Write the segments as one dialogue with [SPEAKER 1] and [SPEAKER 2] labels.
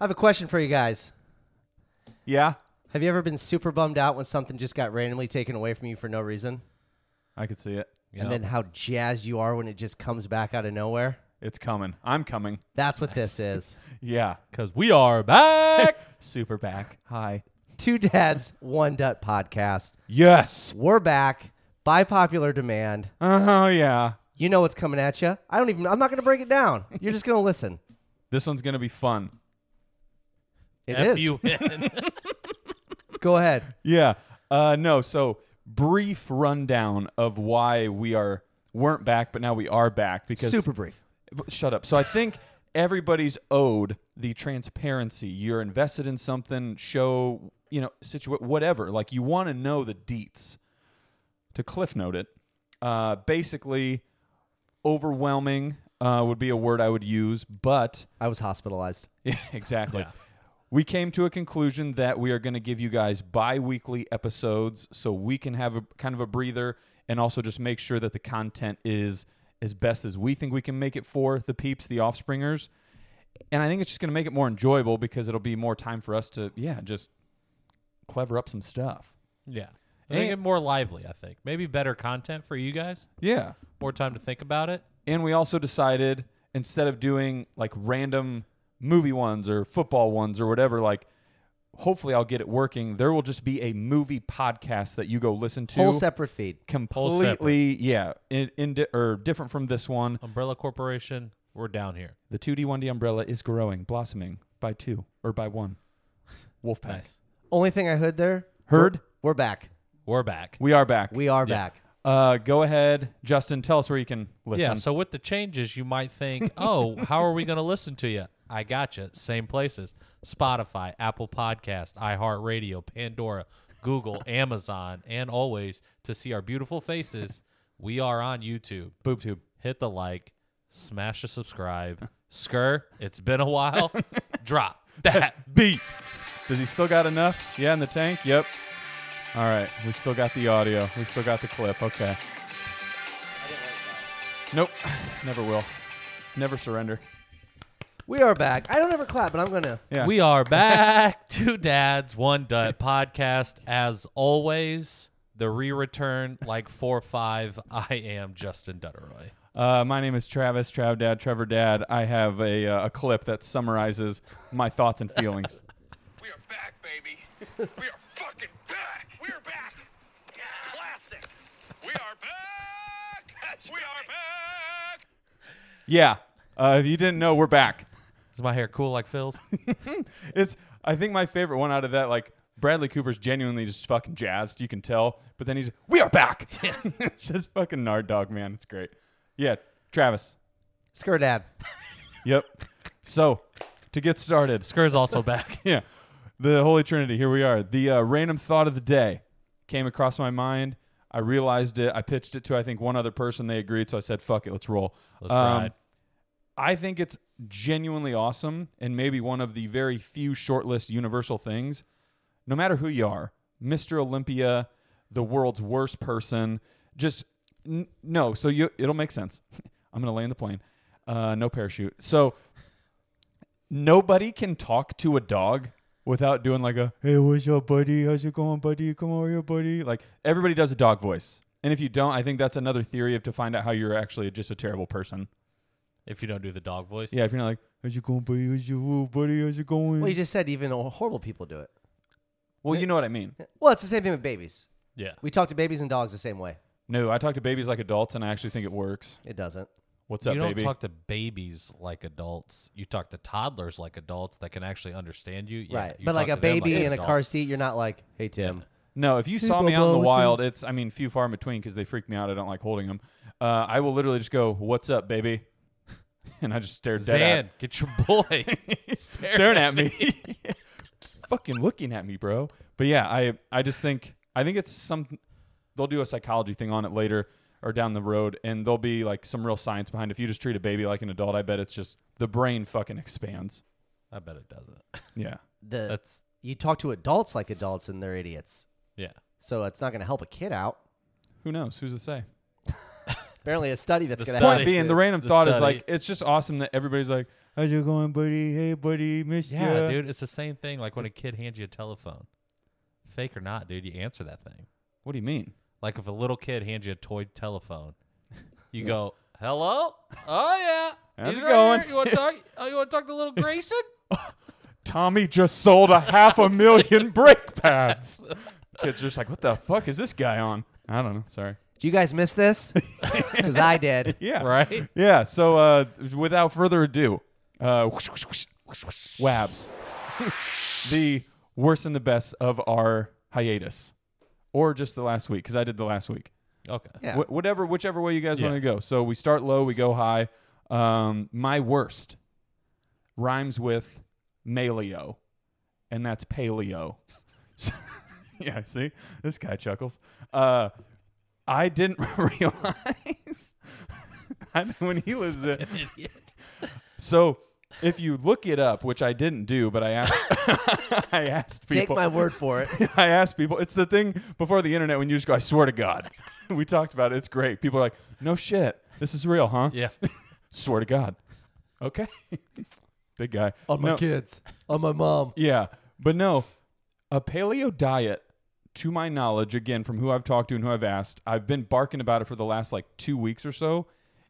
[SPEAKER 1] I have a question for you guys.
[SPEAKER 2] Yeah,
[SPEAKER 1] Have you ever been super bummed out when something just got randomly taken away from you for no reason?
[SPEAKER 2] I could see it.
[SPEAKER 1] And then how jazzed you are when it just comes back out of nowhere?
[SPEAKER 2] It's coming. I'm coming.
[SPEAKER 1] That's what this is.
[SPEAKER 2] Yeah.
[SPEAKER 3] because we are back.
[SPEAKER 2] Super back. Hi.
[SPEAKER 1] Two Dads, One Dut podcast.
[SPEAKER 2] Yes.
[SPEAKER 1] We're back by popular demand.
[SPEAKER 2] Oh yeah.
[SPEAKER 1] You know what's coming at you. I don't even, I'm not going to break it down. You're just going to listen.
[SPEAKER 2] This one's gonna be fun.
[SPEAKER 1] It is.
[SPEAKER 3] F you in.
[SPEAKER 1] Go ahead.
[SPEAKER 2] Yeah. Uh, no. So brief rundown of why we are weren't back, but now we are back because
[SPEAKER 1] Super brief.
[SPEAKER 2] B- Shut up. So I think everybody's owed the transparency. You're invested in something, show, you know, situa- whatever. Like you want to know the deets. To cliff note it, uh, basically, overwhelming uh, would be a word I would use, but
[SPEAKER 1] I was hospitalized.
[SPEAKER 2] yeah, exactly. We came to a conclusion that we are going to give you guys bi weekly episodes so we can have a kind of a breather and also just make sure that the content is as best as we think we can make it for the peeps, the offspringers. And I think it's just going to make it more enjoyable because it'll be more time for us to, yeah, just clever up some stuff.
[SPEAKER 3] yeah, make it more lively. I think maybe better content for you guys.
[SPEAKER 2] Yeah.
[SPEAKER 3] More time to think about it.
[SPEAKER 2] And we also decided instead of doing like random movie ones or football ones or whatever, like hopefully I'll get it working. There will just be a movie podcast that you go listen to.
[SPEAKER 1] Whole separate feed.
[SPEAKER 2] completely, yeah, in, in di- or different from this one.
[SPEAKER 3] Umbrella Corporation, we're down here.
[SPEAKER 2] The 2D 1D umbrella is growing, blossoming by two or by one. Wolfpack.
[SPEAKER 3] Nice.
[SPEAKER 1] Only thing I heard there,
[SPEAKER 2] Heard?
[SPEAKER 1] we're back.
[SPEAKER 3] We're back.
[SPEAKER 2] We are back.
[SPEAKER 1] We are back.
[SPEAKER 2] uh, go ahead, Justin. Tell us where you can listen.
[SPEAKER 3] Yeah. So with the changes, you might think, oh, how are we going to listen to you? I gotcha. Same places: Spotify, Apple Podcast, iHeartRadio, Pandora, Google, Amazon, and always to see our beautiful faces. We are on YouTube.
[SPEAKER 2] BoobTube.
[SPEAKER 3] Hit the like, smash the subscribe. Skr, it's been a while. Drop that beat.
[SPEAKER 2] Does he still got enough? Yeah, in the tank? Yep. All right. We still got the audio. We still got the clip. Okay. Nope. Never will. Never surrender.
[SPEAKER 1] We are back. I don't ever clap, but I'm going to.
[SPEAKER 2] Yeah.
[SPEAKER 3] We are back to Dad's One Dut podcast. As always, the re return like four or five. I am Justin Dutteroy.
[SPEAKER 2] Uh, my name is Travis, Trav Dad, Trevor Dad. I have a, uh, a clip that summarizes my thoughts and feelings.
[SPEAKER 4] We are back, baby. We are fucking back. We are back. Classic. We are back. we are back.
[SPEAKER 2] yeah. Uh, if you didn't know, we're back.
[SPEAKER 3] Is my hair cool like Phil's?
[SPEAKER 2] It's, I think, my favorite one out of that. Like, Bradley Cooper's genuinely just fucking jazzed. You can tell. But then he's, we are back. it's just fucking Nard Dog, man. It's great. Yeah. Travis,
[SPEAKER 1] Skur Dad.
[SPEAKER 2] Yep. So, to get started,
[SPEAKER 3] Skr's also back.
[SPEAKER 2] yeah, the Holy Trinity. Here we are. The uh, random thought of the day came across my mind. I realized it. I pitched it to I think one other person. They agreed, so I said, "Fuck it, let's roll." Um,
[SPEAKER 3] Let's ride.
[SPEAKER 2] I think it's genuinely awesome, and maybe one of the very few shortlist universal things. No matter who you are, Mr. Olympia, the world's worst person, just n- no. So you, it'll make sense. I'm gonna land the plane. Uh, no parachute. So nobody can talk to a dog without doing like a hey what's up buddy how's it going buddy come over here buddy like everybody does a dog voice and if you don't i think that's another theory of to find out how you're actually just a terrible person
[SPEAKER 3] If you don't do the dog voice.
[SPEAKER 2] yeah if you're not like how's it going buddy how's you oh, buddy how's it going
[SPEAKER 1] Well, you just said even horrible people do it.
[SPEAKER 2] well you know what i mean
[SPEAKER 1] Well, it's the same thing with babies.
[SPEAKER 3] Yeah.
[SPEAKER 1] We talk to babies and dogs the same way.
[SPEAKER 2] no i talk to babies like adults and i actually think it works
[SPEAKER 1] It doesn't.
[SPEAKER 2] what's
[SPEAKER 3] You
[SPEAKER 2] up
[SPEAKER 3] don't
[SPEAKER 2] baby
[SPEAKER 3] talk to babies like adults. You talk to toddlers like adults that can actually understand you. Yeah,
[SPEAKER 1] right.
[SPEAKER 3] you
[SPEAKER 1] But like
[SPEAKER 3] talk
[SPEAKER 1] a
[SPEAKER 3] to them
[SPEAKER 1] baby
[SPEAKER 3] an
[SPEAKER 1] in a
[SPEAKER 3] adult.
[SPEAKER 1] car seat, you're not like, hey, Tim.
[SPEAKER 2] No, if you saw me out in the wild, it's I mean few far in between because they freak me out. I don't like holding them. Uh, I will literally just go, "What's up, baby?" and I just stare dead
[SPEAKER 3] Zan, get your boy
[SPEAKER 2] at, staring at me, fucking looking at me, bro. But yeah, I I just think I think it's some they'll do a psychology thing on it later or down the road, and there'll be like some real science behind. If you just treat a baby like an adult, I bet it's just the brain fucking expands.
[SPEAKER 3] I bet it doesn't.
[SPEAKER 2] Yeah,
[SPEAKER 1] The,
[SPEAKER 3] That's
[SPEAKER 1] you talk to adults like adults and they're idiots.
[SPEAKER 3] yeah.
[SPEAKER 1] So it's not going to help a kid out.
[SPEAKER 2] who knows? Who's to say?
[SPEAKER 1] Apparently, a study that's
[SPEAKER 3] The
[SPEAKER 1] going to
[SPEAKER 3] study.
[SPEAKER 1] help.
[SPEAKER 2] point being, the random
[SPEAKER 3] The
[SPEAKER 2] thought is
[SPEAKER 3] study.
[SPEAKER 2] like it's just awesome that everybody's like, How's it going, buddy? Hey, buddy, miss
[SPEAKER 3] Yeah,
[SPEAKER 2] ya."
[SPEAKER 3] dude, it's the same thing. Like when a kid hands you a telephone, fake or not, dude, you answer that thing.
[SPEAKER 2] What do you mean?
[SPEAKER 3] Like if a little kid hands you a toy telephone, you go, "Hello, oh yeah,
[SPEAKER 2] How's
[SPEAKER 3] He's
[SPEAKER 2] it going?"
[SPEAKER 3] here. You want to talk? Oh, you want to talk to little Grayson?
[SPEAKER 2] Tommy just sold a half a million brake pads. Kids are just like, what the fuck is this guy on? I don't know. Sorry.
[SPEAKER 1] Do you guys miss this? Because I did.
[SPEAKER 2] Yeah.
[SPEAKER 3] right?
[SPEAKER 2] Yeah. So uh, without further ado, uh, Wabs, the worst and the best of our hiatus, or just the last week because I did the last week.
[SPEAKER 3] Okay.
[SPEAKER 1] Yeah.
[SPEAKER 2] Wh- whatever, whichever way you guys
[SPEAKER 3] Yeah.
[SPEAKER 2] want to go. So we start low, we go high. Um, my worst rhymes with maleo, and that's paleo. So- yeah, see, this guy chuckles. Uh, I didn't realize I, when he was. Uh, so if you look it up, which I didn't do, but I asked, I asked people.
[SPEAKER 1] Take my word for it.
[SPEAKER 2] I ask people. It's the thing before the internet when you just go, I swear to God. we talked about it. It's great. People are like, no shit. This is real, huh?
[SPEAKER 3] Yeah.
[SPEAKER 2] Swear to God. Okay. Big guy.
[SPEAKER 1] Oh,
[SPEAKER 2] No,
[SPEAKER 1] kids. On my mom.
[SPEAKER 2] Yeah. But no, a paleo diet, to my knowledge, again, from who I've talked to and who I've asked, I've been barking about it for the last like two weeks or so,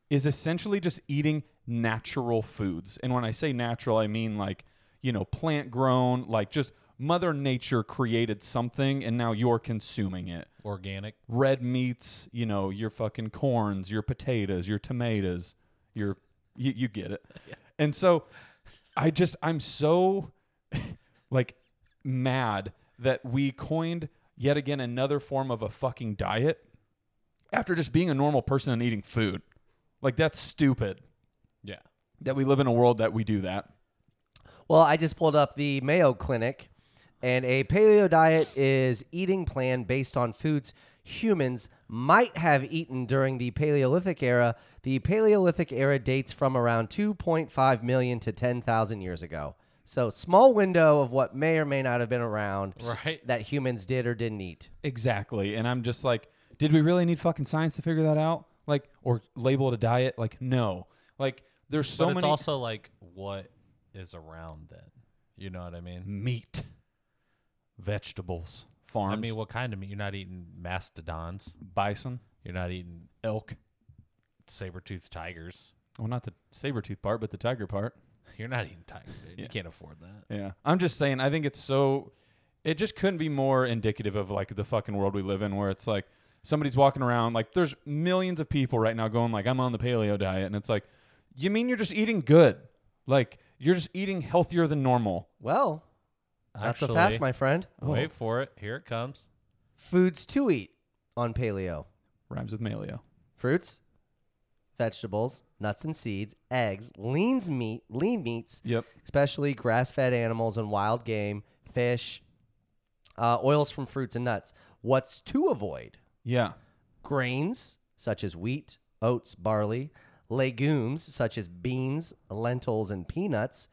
[SPEAKER 2] is essentially just eating natural foods. And when I say natural, I mean like, you know, plant grown, like just Mother Nature created something and now you're consuming it
[SPEAKER 3] Organic.
[SPEAKER 2] red meats, you know, your fucking corns, your potatoes, your tomatoes, your you, you get it. And so I just I'm so like mad that we coined yet again another form of a fucking diet after just being a normal person and eating food. Like that's stupid
[SPEAKER 3] Yeah.
[SPEAKER 2] that we live in a world that we do that.
[SPEAKER 1] Well, I just pulled up the Mayo Clinic, and a paleo diet is eating plan based on foods humans might have eaten during the Paleolithic era. The Paleolithic era dates from around 2.5 million to 10,000 years ago. So, small window of what may or may not have been around
[SPEAKER 3] Right.
[SPEAKER 1] that humans did or didn't eat.
[SPEAKER 2] Exactly. And I'm just like, did we really need fucking science to figure that out? Like or label it a diet? Like no. Like there's so
[SPEAKER 3] but it's
[SPEAKER 2] many
[SPEAKER 3] also like what is around then. You know what I mean?
[SPEAKER 2] meat, Mm, vegetables, farms,
[SPEAKER 3] I mean, what kind of meat? You're not eating mastodons.
[SPEAKER 2] bison,
[SPEAKER 3] You're not eating
[SPEAKER 2] elk.
[SPEAKER 3] saber-toothed tigers.
[SPEAKER 2] Well, not the saber tooth part, but the tiger part.
[SPEAKER 3] You're not eating tiger, dude.
[SPEAKER 2] Yeah.
[SPEAKER 3] You can't afford that.
[SPEAKER 2] Yeah. I'm just saying, I think it's so, it just couldn't be more indicative of like the fucking world we live in where it's like somebody's walking around, like there's millions of people right now going, like, I'm on the paleo diet. And it's like, you mean you're just eating good? Like, you're just eating healthier than normal.
[SPEAKER 1] Well, that's a fast, Oh. my friend.
[SPEAKER 3] Wait for it. Here it comes.
[SPEAKER 1] Foods to eat on paleo
[SPEAKER 2] Rhymes with maleo.
[SPEAKER 1] fruits, vegetables, nuts and seeds, eggs, lean meat, lean meats,
[SPEAKER 2] Yep.
[SPEAKER 1] especially grass-fed animals and wild game, fish, uh, oils from fruits and nuts. What's to avoid?
[SPEAKER 2] Yeah.
[SPEAKER 1] Grains such as wheat, oats, barley, legumes such as beans, lentils, and peanuts,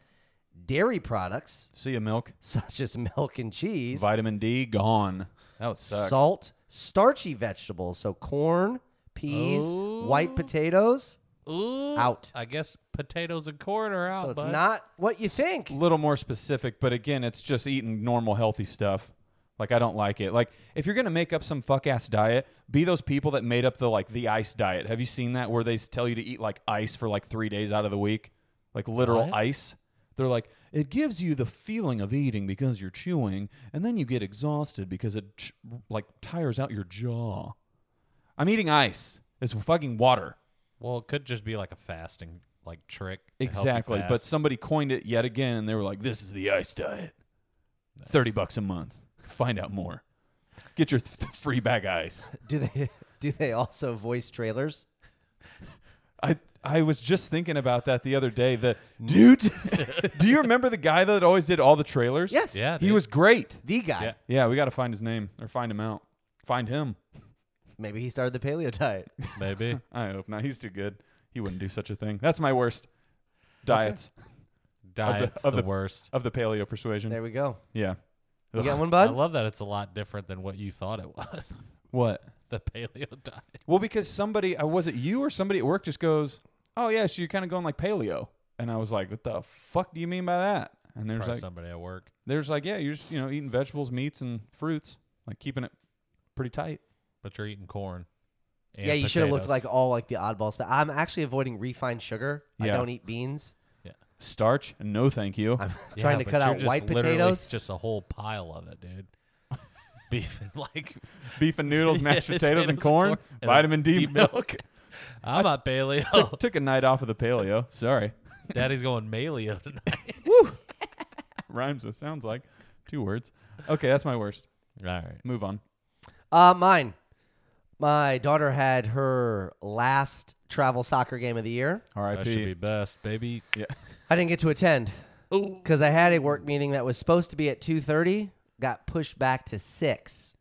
[SPEAKER 1] dairy products
[SPEAKER 2] See ya, milk.
[SPEAKER 1] such as milk and cheese,
[SPEAKER 2] Vitamin D gone. That would suck.
[SPEAKER 1] salt, starchy vegetables, so corn, peas,
[SPEAKER 2] Oh.
[SPEAKER 1] white potatoes.
[SPEAKER 3] Ooh.
[SPEAKER 1] Out.
[SPEAKER 3] I guess potatoes and corn are out.
[SPEAKER 1] So it's
[SPEAKER 3] bud.
[SPEAKER 1] not what you think.
[SPEAKER 2] little more specific, but again, it's just eating normal healthy stuff. Like I don't like it. Like if you're gonna make up some fuck ass diet, be those people that made up the like the ice diet. Have you seen that where they s- tell you to eat like ice for like three days out of the week, like literal
[SPEAKER 3] What?
[SPEAKER 2] ice? They're like it gives you the feeling of eating because you're chewing, and then you get exhausted because it ch- like tires out your jaw. I'm eating ice. It's fucking water.
[SPEAKER 3] Well, it could just be like a fasting like trick. to help you
[SPEAKER 2] Exactly. But
[SPEAKER 3] fast.
[SPEAKER 2] somebody coined it yet again, and they were like, "This is the ice diet. Thirty bucks a month. Find out more. Get your th- free bag ice."
[SPEAKER 1] Do they do they also voice trailers?
[SPEAKER 2] I I was just thinking about that the other day. The dude, do you remember the guy that always did all the trailers?
[SPEAKER 1] Yes.
[SPEAKER 3] yeah,
[SPEAKER 2] he
[SPEAKER 3] dude.
[SPEAKER 2] was great.
[SPEAKER 1] The guy.
[SPEAKER 3] Yeah.
[SPEAKER 2] Yeah, we got to find his name or find him out. Find him.
[SPEAKER 1] Maybe he started the paleo diet.
[SPEAKER 3] maybe
[SPEAKER 2] I hope not. He's too good. He wouldn't do such a thing. That's my worst diets
[SPEAKER 3] diet's
[SPEAKER 2] of
[SPEAKER 3] the,
[SPEAKER 2] the-
[SPEAKER 3] worst.
[SPEAKER 2] of the paleo persuasion.
[SPEAKER 1] There we go.
[SPEAKER 2] yeah.
[SPEAKER 1] You
[SPEAKER 2] Ugh.
[SPEAKER 1] got one,
[SPEAKER 3] I
[SPEAKER 1] bud?
[SPEAKER 3] love that it's a lot different than what you thought it was.
[SPEAKER 2] What?
[SPEAKER 3] the paleo diet.
[SPEAKER 2] Well, because somebody, uh, was it you or somebody at work just goes, oh, yeah, so you're kind of going like paleo. And I was like, "What the fuck do you mean by that?" And there's
[SPEAKER 3] Probably
[SPEAKER 2] like,
[SPEAKER 3] somebody at work.
[SPEAKER 2] there's like, yeah, you're just you know eating vegetables, meats, and fruits, like keeping it pretty tight.
[SPEAKER 3] But you're eating corn. and
[SPEAKER 1] yeah, you should have looked like
[SPEAKER 3] potatoes.
[SPEAKER 1] all like the oddball stuff. I'm actually avoiding refined sugar. I
[SPEAKER 2] Yeah.
[SPEAKER 1] don't eat beans.
[SPEAKER 2] Starch, no, thank you.
[SPEAKER 1] I'm
[SPEAKER 3] Yeah,
[SPEAKER 1] trying to
[SPEAKER 3] but
[SPEAKER 1] cut
[SPEAKER 3] you're
[SPEAKER 1] out
[SPEAKER 3] just
[SPEAKER 1] white
[SPEAKER 3] literally
[SPEAKER 1] potatoes.
[SPEAKER 3] Just a whole pile of it, dude. Beef and like
[SPEAKER 2] Beef and noodles, mashed
[SPEAKER 3] Yeah,
[SPEAKER 2] potatoes, and corn,
[SPEAKER 3] and
[SPEAKER 2] vitamin D,
[SPEAKER 3] deep
[SPEAKER 2] milk. Oh.
[SPEAKER 3] I'm not paleo.
[SPEAKER 2] Took- Took a night off of the paleo. Sorry,
[SPEAKER 3] Daddy's going maleo tonight.
[SPEAKER 2] rhymes with sounds like two words. Okay, that's my worst.
[SPEAKER 3] all right.
[SPEAKER 2] Move on.
[SPEAKER 1] Uh, mine. My daughter had her last travel soccer game of the year.
[SPEAKER 3] That should be
[SPEAKER 2] R.I.P.
[SPEAKER 3] best, baby.
[SPEAKER 2] Yeah.
[SPEAKER 1] I didn't get to attend because I had a work meeting that was supposed to be at two thirty. Got pushed back to six.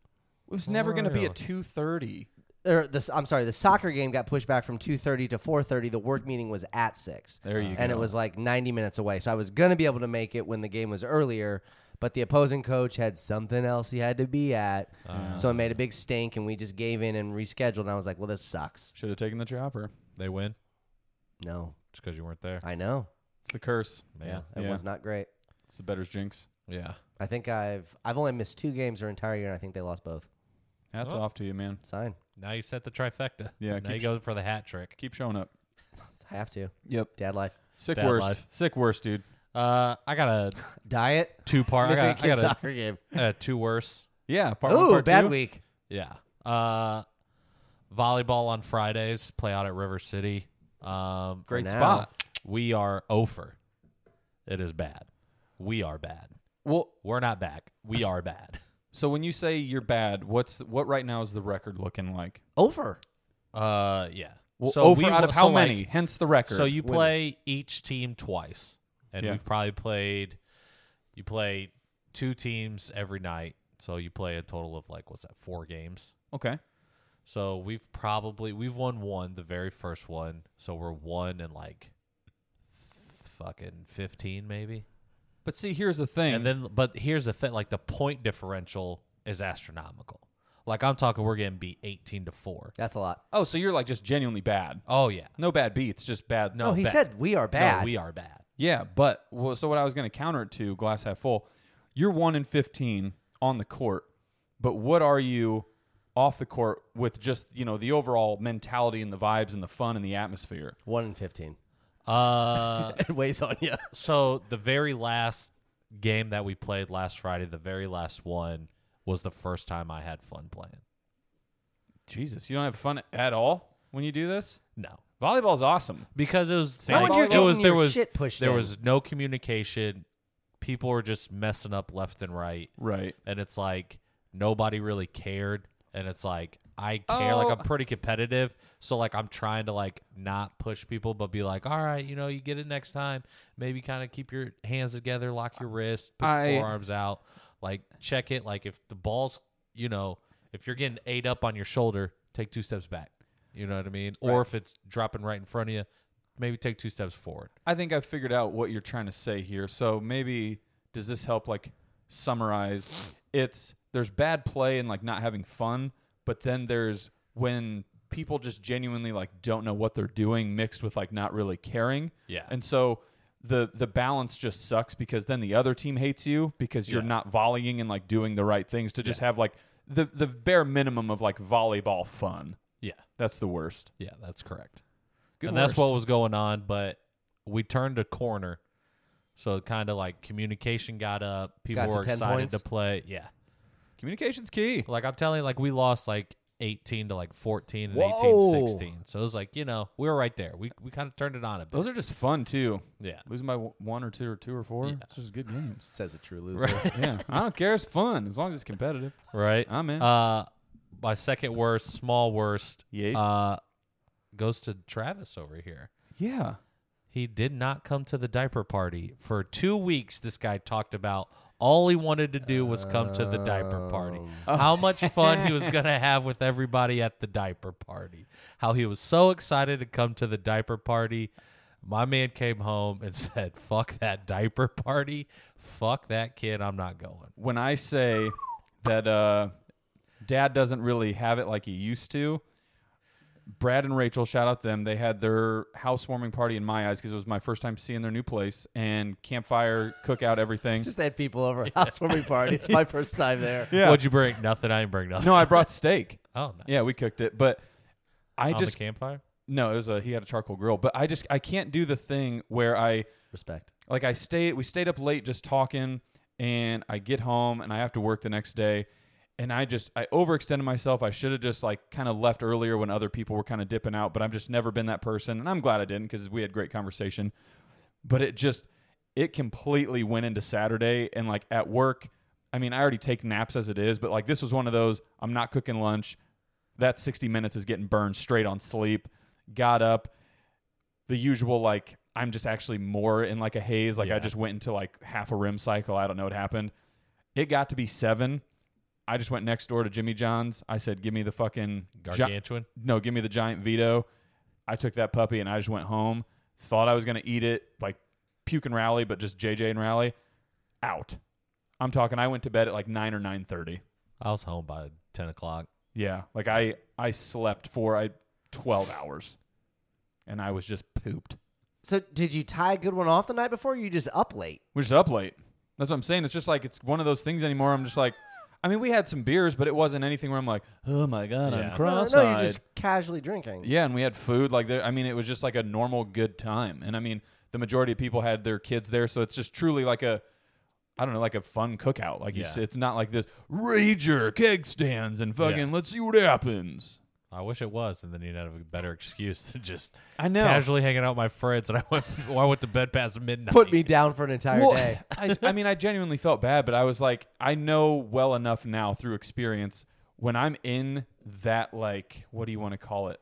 [SPEAKER 2] It was never going to be
[SPEAKER 3] Really?
[SPEAKER 2] at two thirty.
[SPEAKER 1] Or the, I'm sorry, the soccer game got pushed back from two thirty to four thirty. The work meeting was at six.
[SPEAKER 2] There you
[SPEAKER 1] and
[SPEAKER 2] go.
[SPEAKER 1] it was like 90 minutes away. So I was going to be able to make it when the game was earlier, but the opposing coach had something else he had to be at.
[SPEAKER 2] Uh,
[SPEAKER 1] so it made
[SPEAKER 2] Uh-huh.
[SPEAKER 1] a big stink, and we just gave in and rescheduled. And I was like, well, this sucks.
[SPEAKER 2] Should have taken the chopper.
[SPEAKER 3] They win
[SPEAKER 1] No,
[SPEAKER 3] just because you weren't there.
[SPEAKER 1] I know.
[SPEAKER 2] It's the curse.
[SPEAKER 1] Yeah,
[SPEAKER 3] Man.
[SPEAKER 1] it
[SPEAKER 2] Yeah.
[SPEAKER 1] was not great.
[SPEAKER 2] It's the better's jinx.
[SPEAKER 3] Yeah.
[SPEAKER 1] I think I've I've only missed two games their entire year, and I think they lost both.
[SPEAKER 2] Hats
[SPEAKER 3] Oh.
[SPEAKER 2] off to you, man.
[SPEAKER 1] Sign.
[SPEAKER 3] Now you set the trifecta.
[SPEAKER 2] Yeah,
[SPEAKER 3] Now
[SPEAKER 2] keep
[SPEAKER 3] you go for the hat trick.
[SPEAKER 2] Keep showing up.
[SPEAKER 1] I have to.
[SPEAKER 2] Yep.
[SPEAKER 1] Dad life.
[SPEAKER 2] Sick
[SPEAKER 3] Dad
[SPEAKER 2] worst.
[SPEAKER 3] life.
[SPEAKER 2] Sick worst, dude.
[SPEAKER 3] Uh, I got a
[SPEAKER 1] Diet.
[SPEAKER 3] two part. I
[SPEAKER 1] Missing a
[SPEAKER 3] got, I
[SPEAKER 1] kid
[SPEAKER 3] got a
[SPEAKER 1] soccer game.
[SPEAKER 3] uh, two worse.
[SPEAKER 2] Yeah. Part one,
[SPEAKER 1] Ooh,
[SPEAKER 2] part
[SPEAKER 1] bad
[SPEAKER 2] two.
[SPEAKER 1] week.
[SPEAKER 3] Yeah. Uh, volleyball on Fridays. Play out at River City. Um,
[SPEAKER 2] Great
[SPEAKER 1] now.
[SPEAKER 2] spot.
[SPEAKER 3] we are over. It is bad. We are bad.
[SPEAKER 2] Well,
[SPEAKER 3] We're not back. We are bad.
[SPEAKER 2] so when you say you're bad, what's what right now is the record looking like?
[SPEAKER 1] Over.
[SPEAKER 3] Uh, yeah.
[SPEAKER 2] Well,
[SPEAKER 3] so
[SPEAKER 2] over
[SPEAKER 3] we
[SPEAKER 2] out
[SPEAKER 3] wa-
[SPEAKER 2] of how
[SPEAKER 3] so, like,
[SPEAKER 2] many? Hence the record.
[SPEAKER 3] So you
[SPEAKER 1] Women.
[SPEAKER 3] play each team twice, and
[SPEAKER 2] Yeah.
[SPEAKER 3] we've probably played. You play two teams every night, so you play a total of like what's that? Four games.
[SPEAKER 2] okay?
[SPEAKER 3] So we've probably we've won one, the very first one. So we're one and like fucking fifteen maybe.
[SPEAKER 2] But see, here's the thing.
[SPEAKER 3] And then, but here's the thing: like the point differential is astronomical. Like I'm talking, we're getting beat eighteen to four.
[SPEAKER 1] That's a lot.
[SPEAKER 2] oh, so you're like just genuinely bad.
[SPEAKER 3] Oh yeah,
[SPEAKER 2] No bad beats, just bad.
[SPEAKER 1] No, Oh, he
[SPEAKER 3] bad.
[SPEAKER 1] said we are bad.
[SPEAKER 3] no, we are bad.
[SPEAKER 2] Yeah, but well, so what I was going to counter it to glass half full. You're one in fifteen on the court, but what are you off the court with? Just you know the overall mentality and the vibes and the fun and the atmosphere.
[SPEAKER 1] One in fifteen.
[SPEAKER 3] Uh,
[SPEAKER 1] It weighs on you.
[SPEAKER 3] so the very last game that we played last Friday, the very last one, was the first time I had fun playing.
[SPEAKER 2] Jesus, you don't have fun at all when you do this.
[SPEAKER 3] No,
[SPEAKER 2] Volleyball's awesome.
[SPEAKER 3] because it was
[SPEAKER 2] Why
[SPEAKER 3] like,
[SPEAKER 2] would you
[SPEAKER 3] it was
[SPEAKER 1] getting
[SPEAKER 3] there
[SPEAKER 1] your
[SPEAKER 3] was
[SPEAKER 1] shit pushed
[SPEAKER 3] there
[SPEAKER 1] in?
[SPEAKER 3] was no communication. People were just messing up left and right,
[SPEAKER 2] Right.
[SPEAKER 3] and it's like nobody really cared. And it's like I care, like
[SPEAKER 2] Oh.
[SPEAKER 3] I'm pretty competitive, so like I'm trying to like not push people, but be like, all right, you know, you get it next time. Maybe kind of keep your hands together, lock your wrists, put
[SPEAKER 2] I-
[SPEAKER 3] your forearms out, like check it. Like if the ball's, you know, if you're getting ate up on your shoulder, take two steps back. You know what I mean? Or if it's dropping right in front of you, maybe take two steps forward.
[SPEAKER 2] I think I've figured out what you're trying to say here. So maybe does this help like summarize? It's there's bad play and like not having fun, but then there's when people just genuinely like don't know what they're doing mixed with like not really caring.
[SPEAKER 3] Yeah.
[SPEAKER 2] And so the the balance just sucks because then the other team hates you because you're
[SPEAKER 3] Yeah.
[SPEAKER 2] not volleying and like doing the right things to just have like the the bare minimum of like volleyball fun.
[SPEAKER 3] Yeah,
[SPEAKER 2] That's the worst.
[SPEAKER 3] yeah, that's correct.
[SPEAKER 2] Good
[SPEAKER 3] and that's
[SPEAKER 2] worst.
[SPEAKER 3] what was going on. But we turned a corner, so kind of like communication got up. People
[SPEAKER 1] Got to
[SPEAKER 3] were
[SPEAKER 1] 10
[SPEAKER 3] excited
[SPEAKER 1] points?
[SPEAKER 3] to play. Yeah,
[SPEAKER 2] communication's key.
[SPEAKER 3] like I'm telling, you, like we lost like 18 to like 14 and
[SPEAKER 1] Whoa.
[SPEAKER 3] 18 16. So it was like you know we were right there. We we kind of turned it on a bit.
[SPEAKER 2] Those are just fun too.
[SPEAKER 3] yeah,
[SPEAKER 2] Losing by w- one or two or two or four. It's just good games.
[SPEAKER 1] Says a true loser.
[SPEAKER 2] yeah, I don't care. It's fun as long as it's competitive.
[SPEAKER 3] right.
[SPEAKER 2] I'm in.
[SPEAKER 3] Uh, my second worst, small worst,
[SPEAKER 2] Yes.
[SPEAKER 3] uh, goes to Travis over here.
[SPEAKER 2] yeah.
[SPEAKER 3] He did not come to the diaper party. For two weeks, this guy talked about all he wanted to do was come to the diaper party.
[SPEAKER 2] Oh.
[SPEAKER 3] How much fun he was going to have with everybody at the diaper party. How he was so excited to come to the diaper party. My man came home and said, Fuck that diaper party. Fuck that kid. I'm not going.
[SPEAKER 2] When I say that uh, dad doesn't really have it like he used to, Brad and Rachel, shout out them. They had their housewarming party in my eyes because it was my first time seeing their new place and campfire, cookout, everything.
[SPEAKER 1] Just had people over a housewarming party. It's my first time there.
[SPEAKER 2] Yeah.
[SPEAKER 3] What'd you bring? Nothing. I didn't bring nothing.
[SPEAKER 2] no, I brought steak.
[SPEAKER 3] Oh, nice.
[SPEAKER 2] Yeah, we cooked it, but I
[SPEAKER 3] on
[SPEAKER 2] just
[SPEAKER 3] the campfire.
[SPEAKER 2] no. It was a he had a charcoal grill, but I just I can't do the thing where I
[SPEAKER 1] Respect.
[SPEAKER 2] like I stayed we stayed up late just talking and I get home and I have to work the next day and I just I overextended myself. I should have just like kind of left earlier when other people were kind of dipping out, but I've just never been that person and I'm glad I didn't cuz we had great conversation. But it just it completely went into Saturday and like at work, I mean, I already take naps as it is, but like this was one of those I'm not cooking lunch. That 60 minutes is getting burned straight on sleep. Got up the usual like I'm just actually more in like a haze. Like I
[SPEAKER 3] Yeah.
[SPEAKER 2] just went into like half a rim cycle. I don't know what happened. It got to be seven. I just went next door to Jimmy John's. I said, "Give me the fucking gi-
[SPEAKER 3] Gargantuan.
[SPEAKER 2] no, give me the giant veto." I took that puppy and I just went home. Thought I was gonna eat it like puke and rally, but just JJ and rally out. I'm talking. I went to bed at like nine or nine thirty.
[SPEAKER 3] I was home by ten o'clock.
[SPEAKER 2] Yeah, like I I slept for I twelve hours, and I was just pooped.
[SPEAKER 1] So did you tie a good one off the night before? Or you just up late.
[SPEAKER 2] We're just up late. That's what I'm saying. It's just like it's one of those things anymore. I'm just like, I mean, we had some beers, but it wasn't anything where I'm like, oh my god,
[SPEAKER 3] Yeah.
[SPEAKER 2] I'm
[SPEAKER 1] No,
[SPEAKER 2] cross-eyed.
[SPEAKER 1] no, you're just casually drinking.
[SPEAKER 2] Yeah, and we had food. Like, there, I mean, it was just like a normal good time. And I mean, the majority of people had their kids there, so it's just truly like a, I don't know, like a fun cookout. Like, you
[SPEAKER 3] Yeah.
[SPEAKER 2] s it's not like this rager keg stands and fucking
[SPEAKER 3] Yeah.
[SPEAKER 2] let's see what happens.
[SPEAKER 3] I wish it was, and then you'd have a better excuse than just
[SPEAKER 2] I know.
[SPEAKER 3] casually hanging out with my friends. And I went, well, I went to bed past midnight.
[SPEAKER 1] Put me down for an entire
[SPEAKER 2] Well,
[SPEAKER 1] day.
[SPEAKER 2] I, I mean, I genuinely felt bad, but I was like, I know well enough now through experience when I'm in that, like, what do you want to call it?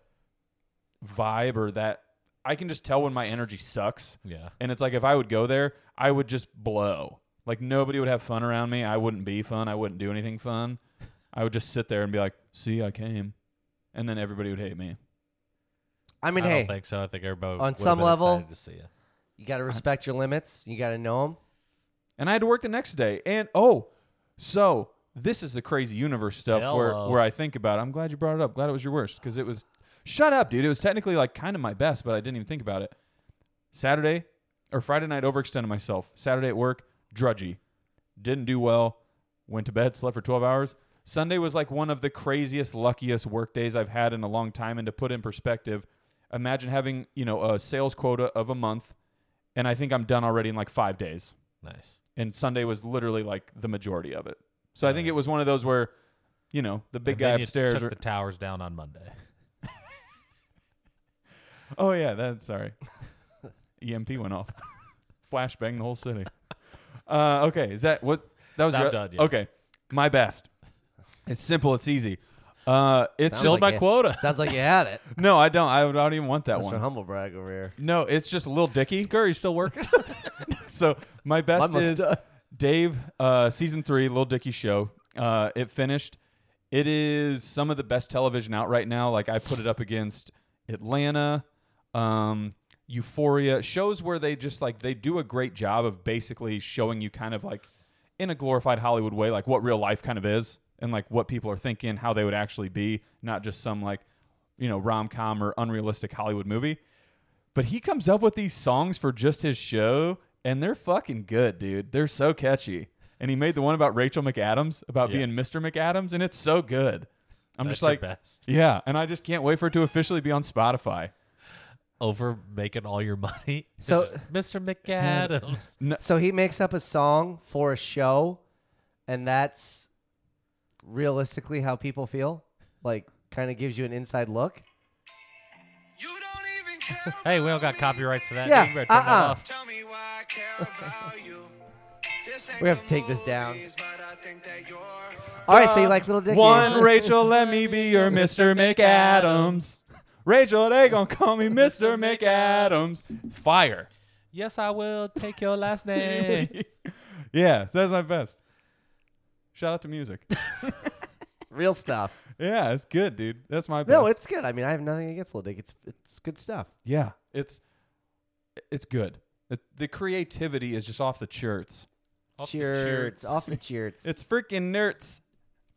[SPEAKER 2] Vibe or that. I can just tell when my energy sucks.
[SPEAKER 3] Yeah.
[SPEAKER 2] And it's like, if I would go there, I would just blow. Like, nobody would have fun around me. I wouldn't be fun. I wouldn't do anything fun. I would just sit there and be like, see, I came. And then everybody would hate me.
[SPEAKER 1] I
[SPEAKER 3] I
[SPEAKER 1] mean,
[SPEAKER 3] don't
[SPEAKER 1] hey,
[SPEAKER 3] think so. I think
[SPEAKER 1] on
[SPEAKER 3] everybody would've
[SPEAKER 1] some
[SPEAKER 3] been
[SPEAKER 1] level-
[SPEAKER 3] excited to see you.
[SPEAKER 1] you got to respect your limits. You got to know them.
[SPEAKER 2] and I had to work the next day. And oh, so this is the crazy universe stuff
[SPEAKER 3] Hello.
[SPEAKER 2] where where I think about. it. I'm glad you brought it up. Glad it was your worst because it was. Shut up, dude. It was technically like kind of my best, but I didn't even think about it. Saturday or Friday night, overextended myself. Saturday at work, drudgy, didn't do well. Went to bed, slept for 12 hours. Sunday was like one of the craziest, luckiest work days I've had in a long time. And to put in perspective, imagine having you know a sales quota of a month, and I think I'm done already in like five days
[SPEAKER 3] Nice.
[SPEAKER 2] and Sunday was literally like the majority of it. So I think it was one of those where, you know, the big
[SPEAKER 3] And
[SPEAKER 2] guy
[SPEAKER 3] then you
[SPEAKER 2] upstairs.
[SPEAKER 3] took
[SPEAKER 2] or-
[SPEAKER 3] the towers down on Monday.
[SPEAKER 2] oh yeah, that's sorry. EMP went off. Flashbang the whole city. Uh, okay, is that what that was?
[SPEAKER 3] I'm
[SPEAKER 2] your-
[SPEAKER 3] done, yeah.
[SPEAKER 2] Okay, my best. It's simple. It's easy. Uh, it's
[SPEAKER 1] Sounds
[SPEAKER 2] just
[SPEAKER 1] like
[SPEAKER 3] my
[SPEAKER 1] it.
[SPEAKER 3] quota.
[SPEAKER 1] Sounds like you had it.
[SPEAKER 2] no, I don't. I don't even want that
[SPEAKER 1] Mr.
[SPEAKER 2] one.
[SPEAKER 1] Humble Brag over here.
[SPEAKER 2] no, it's just Lil Dicky.
[SPEAKER 3] Scurry still working.
[SPEAKER 2] so my best
[SPEAKER 1] month's
[SPEAKER 2] is
[SPEAKER 1] done.
[SPEAKER 2] Dave, uh, season three, Little Dicky show. Uh, it finished. It is some of the best television out right now. Like I put it up against Atlanta, um, Euphoria, shows where they just like they do a great job of basically showing you kind of like in a glorified Hollywood way, like what real life kind of is and like what people are thinking, how they would actually be, not just some like you know rom com or unrealistic Hollywood movie. But he comes up with these songs for just his show, and they're fucking good, dude. They're so catchy. And he made the one about Rachel McAdams about
[SPEAKER 3] Yeah.
[SPEAKER 2] being Mr. McAdams, and it's so good. I'm
[SPEAKER 3] That's
[SPEAKER 2] just
[SPEAKER 3] your
[SPEAKER 2] like,
[SPEAKER 3] best.
[SPEAKER 2] yeah, and I just can't wait for it to officially be on Spotify.
[SPEAKER 3] over making all your money.
[SPEAKER 1] So-
[SPEAKER 3] Mr. McAdams.
[SPEAKER 1] So he makes up a song for a show, and that's realistically how people feel. Like, kind of gives you an inside look.
[SPEAKER 4] You don't even care.
[SPEAKER 3] hey, we
[SPEAKER 4] about
[SPEAKER 3] all got
[SPEAKER 4] me.
[SPEAKER 3] copyrights to that.
[SPEAKER 1] Yeah,
[SPEAKER 3] You better turn that
[SPEAKER 1] uh-uh.
[SPEAKER 3] off.
[SPEAKER 4] Tell me why I care about you. This ain't
[SPEAKER 1] We have to
[SPEAKER 4] the
[SPEAKER 1] take this down.
[SPEAKER 4] movies, but I think that you're-
[SPEAKER 1] All right, so you like Little Dicky?
[SPEAKER 2] One, Rachel, let me be your Mr. McAdams. Rachel, they gonna call me Mr. McAdams. Fire.
[SPEAKER 3] Yes, I will take your last name.
[SPEAKER 2] yeah, that's my best. Shout out to music.
[SPEAKER 1] real stuff.
[SPEAKER 2] yeah, it's good, dude. That's my best.
[SPEAKER 1] No, it's good. I mean, I have nothing against Little Dicky. It's it's good stuff.
[SPEAKER 2] Yeah, it's it's good. It, the creativity is just off the charts.
[SPEAKER 3] Off the
[SPEAKER 1] cheers,
[SPEAKER 3] charts.
[SPEAKER 1] off the cheers.
[SPEAKER 2] It's freaking nerds.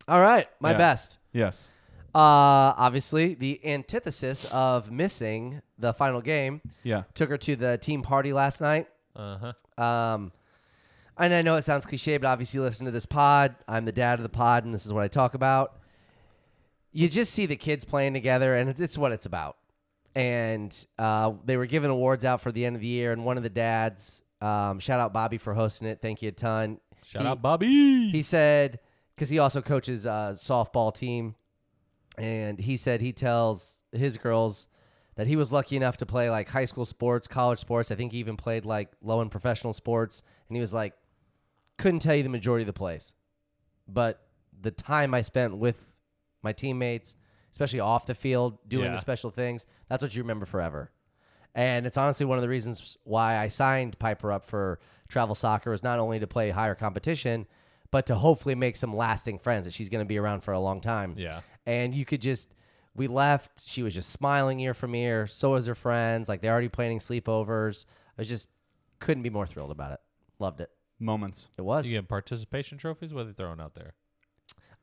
[SPEAKER 1] All right, my
[SPEAKER 2] Yeah.
[SPEAKER 1] best.
[SPEAKER 2] Yes.
[SPEAKER 1] Uh, obviously, the antithesis of missing the final game
[SPEAKER 2] Yeah.
[SPEAKER 1] took her to the team party last night.
[SPEAKER 3] Uh huh.
[SPEAKER 1] Um, and I know it sounds cliche, but obviously, listen to this pod. I'm the dad of the pod, and this is what I talk about. You just see the kids playing together, and it's, it's what it's about. And uh, they were giving awards out for the end of the year, and one of the dads, um, shout out Bobby for hosting it. Thank you a ton.
[SPEAKER 3] Shout
[SPEAKER 1] He-
[SPEAKER 3] out, Bobby.
[SPEAKER 1] he said because he also coaches a softball team and he said he tells his girls that he was lucky enough to play like high school sports college sports i think he even played like low end professional sports and he was like couldn't tell you the majority of the plays but the time i spent with my teammates especially off the field doing
[SPEAKER 3] Yeah.
[SPEAKER 1] the special things that's what you remember forever and it's honestly one of the reasons why I signed Piper up for travel soccer is not only to play higher competition, but to hopefully make some lasting friends that she's going to be around for a long time.
[SPEAKER 3] Yeah.
[SPEAKER 1] And you could just, we left. She was just smiling ear from ear. So was her friends. Like they're already planning sleepovers. I was just couldn't be more thrilled about it. Loved it.
[SPEAKER 2] Moments.
[SPEAKER 1] It was.
[SPEAKER 3] You getting participation trophies? What are they throwing out there?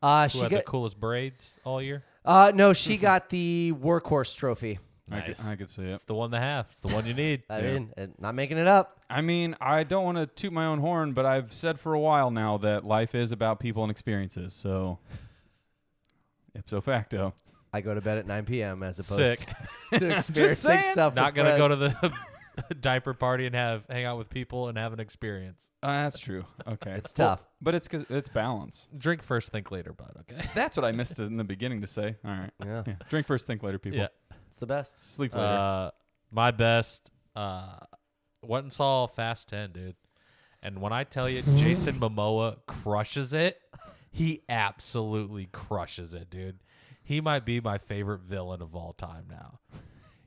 [SPEAKER 1] Uh,
[SPEAKER 3] Who
[SPEAKER 1] she
[SPEAKER 3] had
[SPEAKER 1] got,
[SPEAKER 3] the coolest braids all year?
[SPEAKER 1] uh, no, she got the workhorse trophy.
[SPEAKER 3] Nice.
[SPEAKER 2] I, could, I could see it.
[SPEAKER 3] It's the one and a half. It's the one you need.
[SPEAKER 1] I mean, and not making it up.
[SPEAKER 2] I mean, I don't want to toot my own horn, but I've said for a while now that life is about people and experiences. So, ipso facto.
[SPEAKER 1] I go to bed at 9 p.m. as opposed
[SPEAKER 3] Sick.
[SPEAKER 1] to experiencing
[SPEAKER 2] saying.
[SPEAKER 1] stuff.
[SPEAKER 3] Not
[SPEAKER 1] with
[SPEAKER 3] gonna go
[SPEAKER 1] friends.
[SPEAKER 3] to the diaper party and have hang out with people and have an experience.
[SPEAKER 2] Uh, that's true. Okay.
[SPEAKER 1] It's tough.
[SPEAKER 2] But it's 'cause- it's balance.
[SPEAKER 3] Drink first, think later, bud. Okay.
[SPEAKER 2] That's what I missed in the beginning to say. All right.
[SPEAKER 1] Yeah.
[SPEAKER 2] Yeah. Drink first, think later, people.
[SPEAKER 3] Yeah.
[SPEAKER 1] It's the best.
[SPEAKER 2] Sleep later.
[SPEAKER 3] Uh, my best. Uh, went and saw Fast Ten, dude. And when I tell you, Jason Momoa crushes it. He absolutely crushes it, dude. He might be my favorite villain of all time now.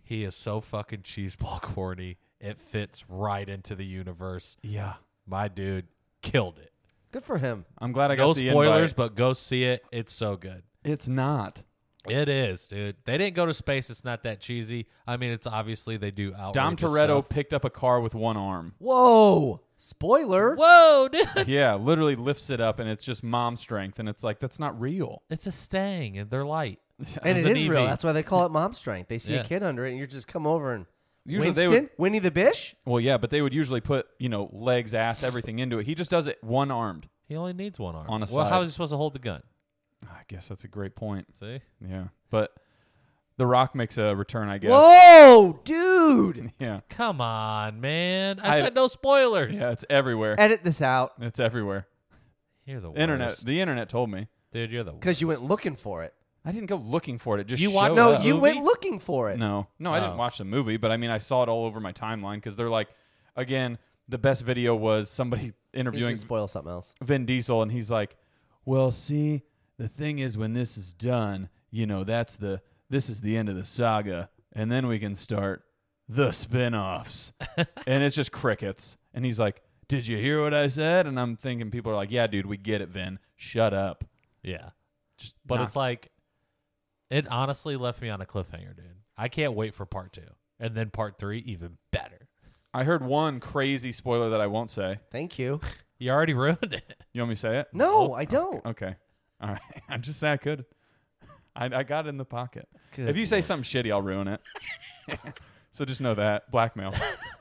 [SPEAKER 3] He is so fucking cheeseball corny. It fits right into the universe.
[SPEAKER 2] yeah.
[SPEAKER 3] My dude killed it.
[SPEAKER 1] Good for him.
[SPEAKER 2] I'm glad I
[SPEAKER 3] No
[SPEAKER 2] got the
[SPEAKER 3] spoilers,
[SPEAKER 2] invite.
[SPEAKER 3] but go see it. It's so good.
[SPEAKER 2] It's not.
[SPEAKER 3] It is, dude. They didn't go to space. It's not that cheesy. I mean, it's obviously they do outrageous
[SPEAKER 2] Dom Toretto
[SPEAKER 3] stuff.
[SPEAKER 2] picked up a car with one arm.
[SPEAKER 1] Whoa! Spoiler.
[SPEAKER 3] Whoa, dude!
[SPEAKER 2] yeah, literally lifts it up, and it's just mom strength, and it's like that's not real.
[SPEAKER 3] It's a Stang, and they're light.
[SPEAKER 1] And
[SPEAKER 3] It's
[SPEAKER 1] it
[SPEAKER 3] an
[SPEAKER 1] is real.
[SPEAKER 3] EV.
[SPEAKER 1] That's why they call it mom strength. They see
[SPEAKER 3] Yeah.
[SPEAKER 1] a kid under it, and you just come over and
[SPEAKER 2] Usually
[SPEAKER 1] Winston,
[SPEAKER 2] they would-
[SPEAKER 1] Winnie the Bish.
[SPEAKER 2] Well, yeah, but they would usually put you know legs, ass, everything into it. He just does it one armed.
[SPEAKER 3] He only needs one arm.
[SPEAKER 2] On a
[SPEAKER 3] well,
[SPEAKER 2] side.
[SPEAKER 3] how is he supposed to hold the gun?
[SPEAKER 2] I guess that's a great point.
[SPEAKER 3] See,
[SPEAKER 2] Yeah, but The Rock makes a return, I guess.
[SPEAKER 1] Whoa, dude!
[SPEAKER 2] Yeah,
[SPEAKER 3] come on, man! I,
[SPEAKER 2] I-
[SPEAKER 3] said no spoilers.
[SPEAKER 2] yeah, it's everywhere.
[SPEAKER 1] Edit this out
[SPEAKER 2] It's everywhere.
[SPEAKER 3] You're the worst.
[SPEAKER 2] Internet, the internet told me.
[SPEAKER 3] dude. You're the
[SPEAKER 1] because you
[SPEAKER 3] worst.
[SPEAKER 1] went looking for it.
[SPEAKER 2] I didn't go looking for it. It just
[SPEAKER 3] You watched
[SPEAKER 2] showed
[SPEAKER 1] No,
[SPEAKER 2] up.
[SPEAKER 1] you
[SPEAKER 3] movie?
[SPEAKER 1] went looking for it.
[SPEAKER 2] No, no, I didn't
[SPEAKER 3] Oh.
[SPEAKER 2] watch the movie, but I mean, I saw it all over my timeline because they're like, again, the best video was somebody
[SPEAKER 1] He's gonna
[SPEAKER 2] interviewing
[SPEAKER 1] spoil something else.
[SPEAKER 2] Vin Diesel, and he's like, "Well, see, the thing is, when this is done, you know, that's the this is the end of the saga, and then we can start the spin-offs." and it's just crickets. And he's like, "Did you hear what I said?" And I'm thinking, people are like, "Yeah, dude, we get it, Vin. Shut up."
[SPEAKER 3] Yeah,
[SPEAKER 2] Just,
[SPEAKER 3] but
[SPEAKER 2] knock-
[SPEAKER 3] it's like it honestly left me on a cliffhanger, dude. I can't wait for part two, and then part three even better.
[SPEAKER 2] I heard one crazy spoiler that I won't say.
[SPEAKER 1] Thank you.
[SPEAKER 3] You already ruined it.
[SPEAKER 2] You want me to say it?
[SPEAKER 3] Oh,
[SPEAKER 1] No, I don't.
[SPEAKER 2] Okay. All right. I just say I could. I, I got it in the pocket.
[SPEAKER 1] Good
[SPEAKER 2] if you say something shitty, I'll ruin it. so just know that blackmail.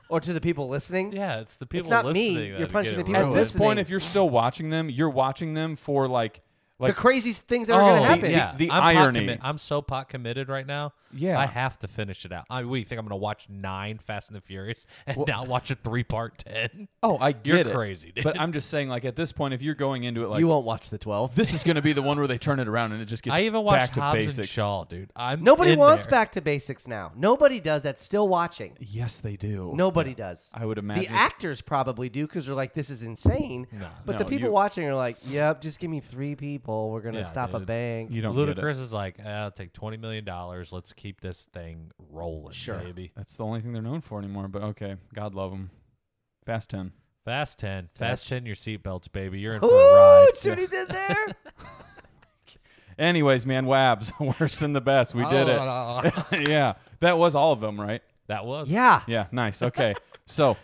[SPEAKER 1] Or to the people listening.
[SPEAKER 3] Yeah, it's the people
[SPEAKER 1] not me.
[SPEAKER 3] listening.
[SPEAKER 1] You're
[SPEAKER 3] that are
[SPEAKER 1] punching
[SPEAKER 3] getting
[SPEAKER 1] the
[SPEAKER 3] it
[SPEAKER 1] people
[SPEAKER 2] At
[SPEAKER 3] ruined.
[SPEAKER 2] this point,
[SPEAKER 1] listening.
[SPEAKER 2] if you're still watching them, you're watching them for like,
[SPEAKER 1] the
[SPEAKER 2] like
[SPEAKER 1] crazy things that are gonna
[SPEAKER 2] Oh,
[SPEAKER 1] happen.
[SPEAKER 3] Yeah,
[SPEAKER 2] The- the
[SPEAKER 3] I'm pot
[SPEAKER 2] irony.
[SPEAKER 3] commi- I'm so pot committed right now.
[SPEAKER 2] Yeah.
[SPEAKER 3] I have to finish it out. I mean, what do you think? I'm going to watch nine Fast and the Furious and not watch a three part ten?
[SPEAKER 2] oh, I
[SPEAKER 3] You're
[SPEAKER 2] get it.
[SPEAKER 3] crazy, dude.
[SPEAKER 2] But I'm just saying, like at this point, if you're going into it, like
[SPEAKER 1] you won't watch the 12.
[SPEAKER 2] this is going to be the one where they turn it around and it just gets.
[SPEAKER 3] I even
[SPEAKER 2] back
[SPEAKER 3] watched
[SPEAKER 2] to
[SPEAKER 3] Hobbs
[SPEAKER 2] basics.
[SPEAKER 3] and Shaw, dude. I'm
[SPEAKER 1] Nobody
[SPEAKER 3] in
[SPEAKER 1] wants
[SPEAKER 3] there.
[SPEAKER 1] back to basics now. Nobody does. That's still watching.
[SPEAKER 2] Yes, they do.
[SPEAKER 1] Nobody does.
[SPEAKER 2] I would imagine.
[SPEAKER 1] The actors probably do because they're like, "This is insane." but
[SPEAKER 2] No,
[SPEAKER 1] the people
[SPEAKER 2] you-
[SPEAKER 1] watching are like, "Yep, just give me three people. We're gonna
[SPEAKER 3] Yeah,
[SPEAKER 1] stop a
[SPEAKER 3] dude.
[SPEAKER 1] bank."
[SPEAKER 2] you don't. Get it.
[SPEAKER 3] Ludacris is like, "Ah, I'll take twenty million dollars. Let's keep this thing rolling,
[SPEAKER 1] Sure.
[SPEAKER 3] baby.
[SPEAKER 2] That's the only thing they're known for anymore. But okay, God love them. Fast ten.
[SPEAKER 3] Fast ten, fast ten, your seatbelts, baby. You're in for a
[SPEAKER 1] Ooh,
[SPEAKER 3] ride.
[SPEAKER 1] see what he did there.
[SPEAKER 2] Anyways, man, Wabs, worst and the best. We did it. yeah, that was all of them, right?
[SPEAKER 3] That was.
[SPEAKER 1] yeah.
[SPEAKER 2] Yeah, nice. Okay, so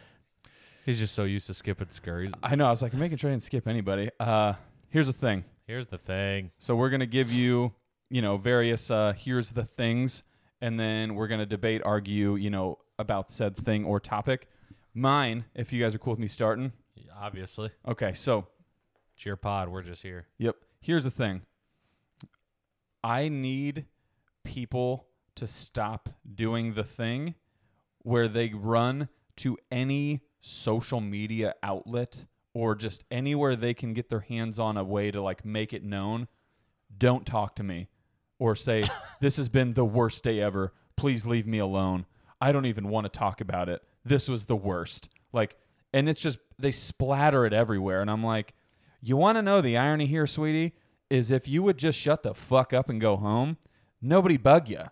[SPEAKER 3] He's just so used to skipping scurries.
[SPEAKER 2] I know I was like, I'm making sure I didn't skip anybody. Uh, here's the thing.
[SPEAKER 3] Here's the thing.
[SPEAKER 2] So we're gonna give you you know, various uh, here's the things, and then we're gonna debate, argue, you know, about said thing or topic. Mine, if you guys are cool with me starting.
[SPEAKER 3] Obviously,
[SPEAKER 2] Okay, so
[SPEAKER 3] it's your pod. We're just here.
[SPEAKER 2] Yep. Here's the thing. I need people to stop doing the thing where they run to any social media outlet or just anywhere they can get their hands on a way to like make it known. Don't talk to me or say this has been the worst day ever. Please leave me alone. I don't even want to talk about it. This was the worst. Like and it's just they splatter it everywhere and I'm like you want to know the irony here, sweetie, is if you would just shut the fuck up and go home, nobody bug you.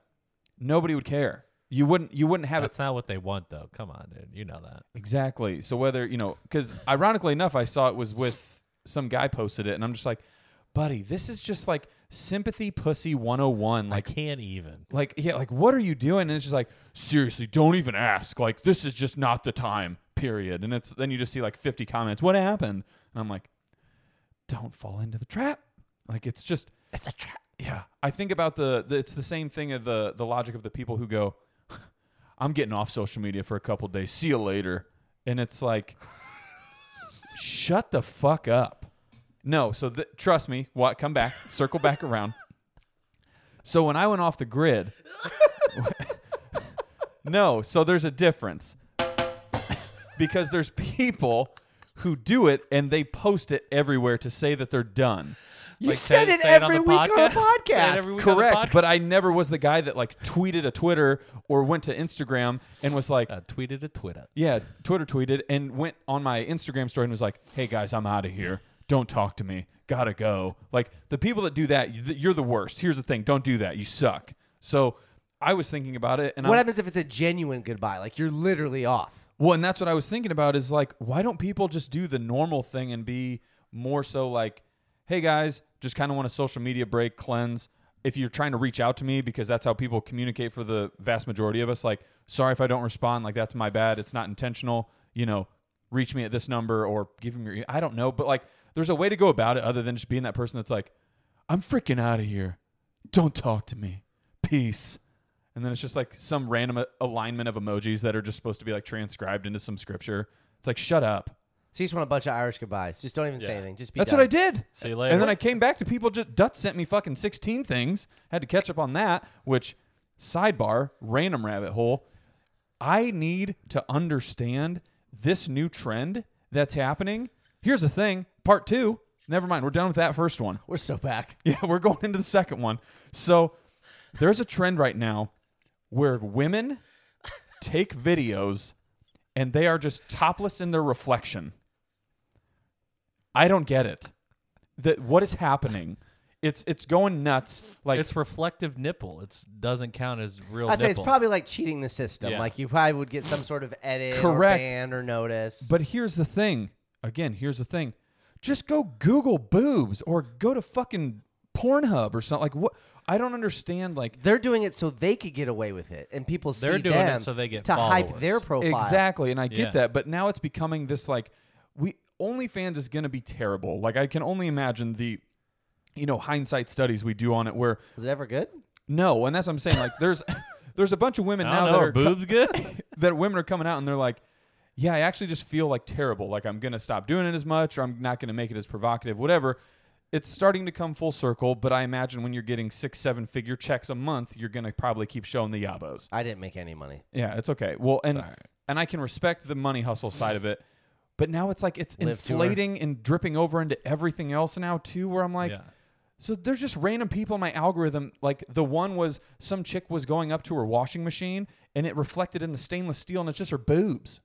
[SPEAKER 2] Nobody would care. You wouldn't you wouldn't have it
[SPEAKER 3] That's not what they want, though. Come on, dude. You know that.
[SPEAKER 2] Exactly. So whether you know, because ironically enough, I saw it was with some guy posted it, and I'm just like, buddy, this is just like sympathy pussy 101.
[SPEAKER 3] I
[SPEAKER 2] Like,
[SPEAKER 3] can't even.
[SPEAKER 2] like yeah, like what are you doing? And it's just like, seriously, don't even ask. Like this is just not the time. Period. And it's then you just see like 50 comments. What happened? And I'm like, don't fall into the trap. Like it's just
[SPEAKER 3] It's a trap.
[SPEAKER 2] yeah. I think about the, the it's the same thing of the the logic of the people who go, I'm getting off social media for a couple days. See you later. And it's like, shut the fuck up. No, so th- trust me. What? Come back. Circle back around. So when I went off the grid, no. So there's a difference because there's people who do it and they post it everywhere to say that they're done.
[SPEAKER 1] You
[SPEAKER 3] Like,
[SPEAKER 1] said
[SPEAKER 3] say-
[SPEAKER 1] it
[SPEAKER 3] say it on
[SPEAKER 1] every
[SPEAKER 3] the
[SPEAKER 1] week on a
[SPEAKER 3] podcast. Say it
[SPEAKER 1] podcast.
[SPEAKER 3] every week. on the
[SPEAKER 2] Correct,
[SPEAKER 3] podcast.
[SPEAKER 2] but I never was the guy that like tweeted a Twitter or went to Instagram and was like,
[SPEAKER 3] Uh, tweeted a Twitter.
[SPEAKER 2] yeah, Twitter tweeted and went on my Instagram story and was like, "Hey guys, I'm out of here. Don't talk to me. Gotta go." Like the people that do that, you- you're the worst. Here's the thing: don't do that. You suck. So I was thinking about it, and
[SPEAKER 1] What
[SPEAKER 2] I,
[SPEAKER 1] happens if it's a genuine goodbye? Like you're literally off.
[SPEAKER 2] well, and that's what I was thinking about is like, why don't people just do the normal thing and be more so like, hey guys, just kind of want a social media break, cleanse. If you're trying to reach out to me, because that's how people communicate for the vast majority of us, like, sorry if I don't respond, like, that's my bad. It's not intentional. You know, reach me at this number or give him your, e- I don't know. But like, there's a way to go about it other than just being that person that's like, I'm freaking out of here. Don't talk to me. Peace. And then it's just like some random a- alignment of emojis that are just supposed to be like transcribed into some scripture. It's like, shut up.
[SPEAKER 1] So you just want a bunch of Irish goodbyes. Just don't even say anything. Just be
[SPEAKER 2] That's
[SPEAKER 1] done.
[SPEAKER 2] what I did.
[SPEAKER 3] See you later.
[SPEAKER 2] And then I came back to people just, Dutch sent me fucking 16 things. Had to catch up on that, which, sidebar, random rabbit hole. I need to understand this new trend that's happening. Here's the thing part two. Never mind. We're done with that first one.
[SPEAKER 1] We're so back.
[SPEAKER 2] Yeah, we're going into the second one. So there's a trend right now where women take videos and they are just topless in their reflection. I don't get it. That what is happening? It's it's going nuts. Like
[SPEAKER 3] It's reflective nipple. It doesn't count as real.
[SPEAKER 1] I'd say it's
[SPEAKER 3] nipple.
[SPEAKER 1] probably like cheating the system.
[SPEAKER 3] Yeah.
[SPEAKER 1] Like you probably would get some sort of edit or
[SPEAKER 2] Correct.
[SPEAKER 1] ban or notice.
[SPEAKER 2] But here's the thing. Again, here's the thing. Just go Google boobs or go to fucking Pornhub or something. Like what I don't understand like
[SPEAKER 1] they're doing it so they could get away with it, and people see
[SPEAKER 3] They're doing it
[SPEAKER 1] them
[SPEAKER 3] so they get
[SPEAKER 1] to hype
[SPEAKER 3] followers.
[SPEAKER 1] their profile.
[SPEAKER 2] Exactly, and I get
[SPEAKER 3] Yeah.
[SPEAKER 2] that, but now it's becoming this like we OnlyFans is going to be terrible. Like I can only imagine the you know hindsight studies we do on it where
[SPEAKER 1] Was it ever good?
[SPEAKER 2] no, and that's what I'm saying. Like there's there's a bunch of women
[SPEAKER 3] I
[SPEAKER 2] now
[SPEAKER 3] don't know.
[SPEAKER 2] that
[SPEAKER 3] Are
[SPEAKER 2] are co-
[SPEAKER 3] boobs good?
[SPEAKER 2] that women are coming out and they're like, yeah, I actually just feel like terrible. Like I'm going to stop doing it as much or I'm not going to make it as provocative, whatever. It's starting to come full circle, but I imagine when you're getting six, seven figure checks a month, you're going to probably keep showing the yabos.
[SPEAKER 1] I didn't make any money.
[SPEAKER 2] Yeah, it's okay. Well, and and I can respect the money hustle side of it, but now it's like it's
[SPEAKER 1] Live tour.
[SPEAKER 2] inflating and dripping over into everything else now too. Where I'm like,
[SPEAKER 3] yeah.
[SPEAKER 2] so there's just random people in my algorithm. Like the one was some chick was going up to her washing machine and it reflected in the stainless steel, and it's just her boobs.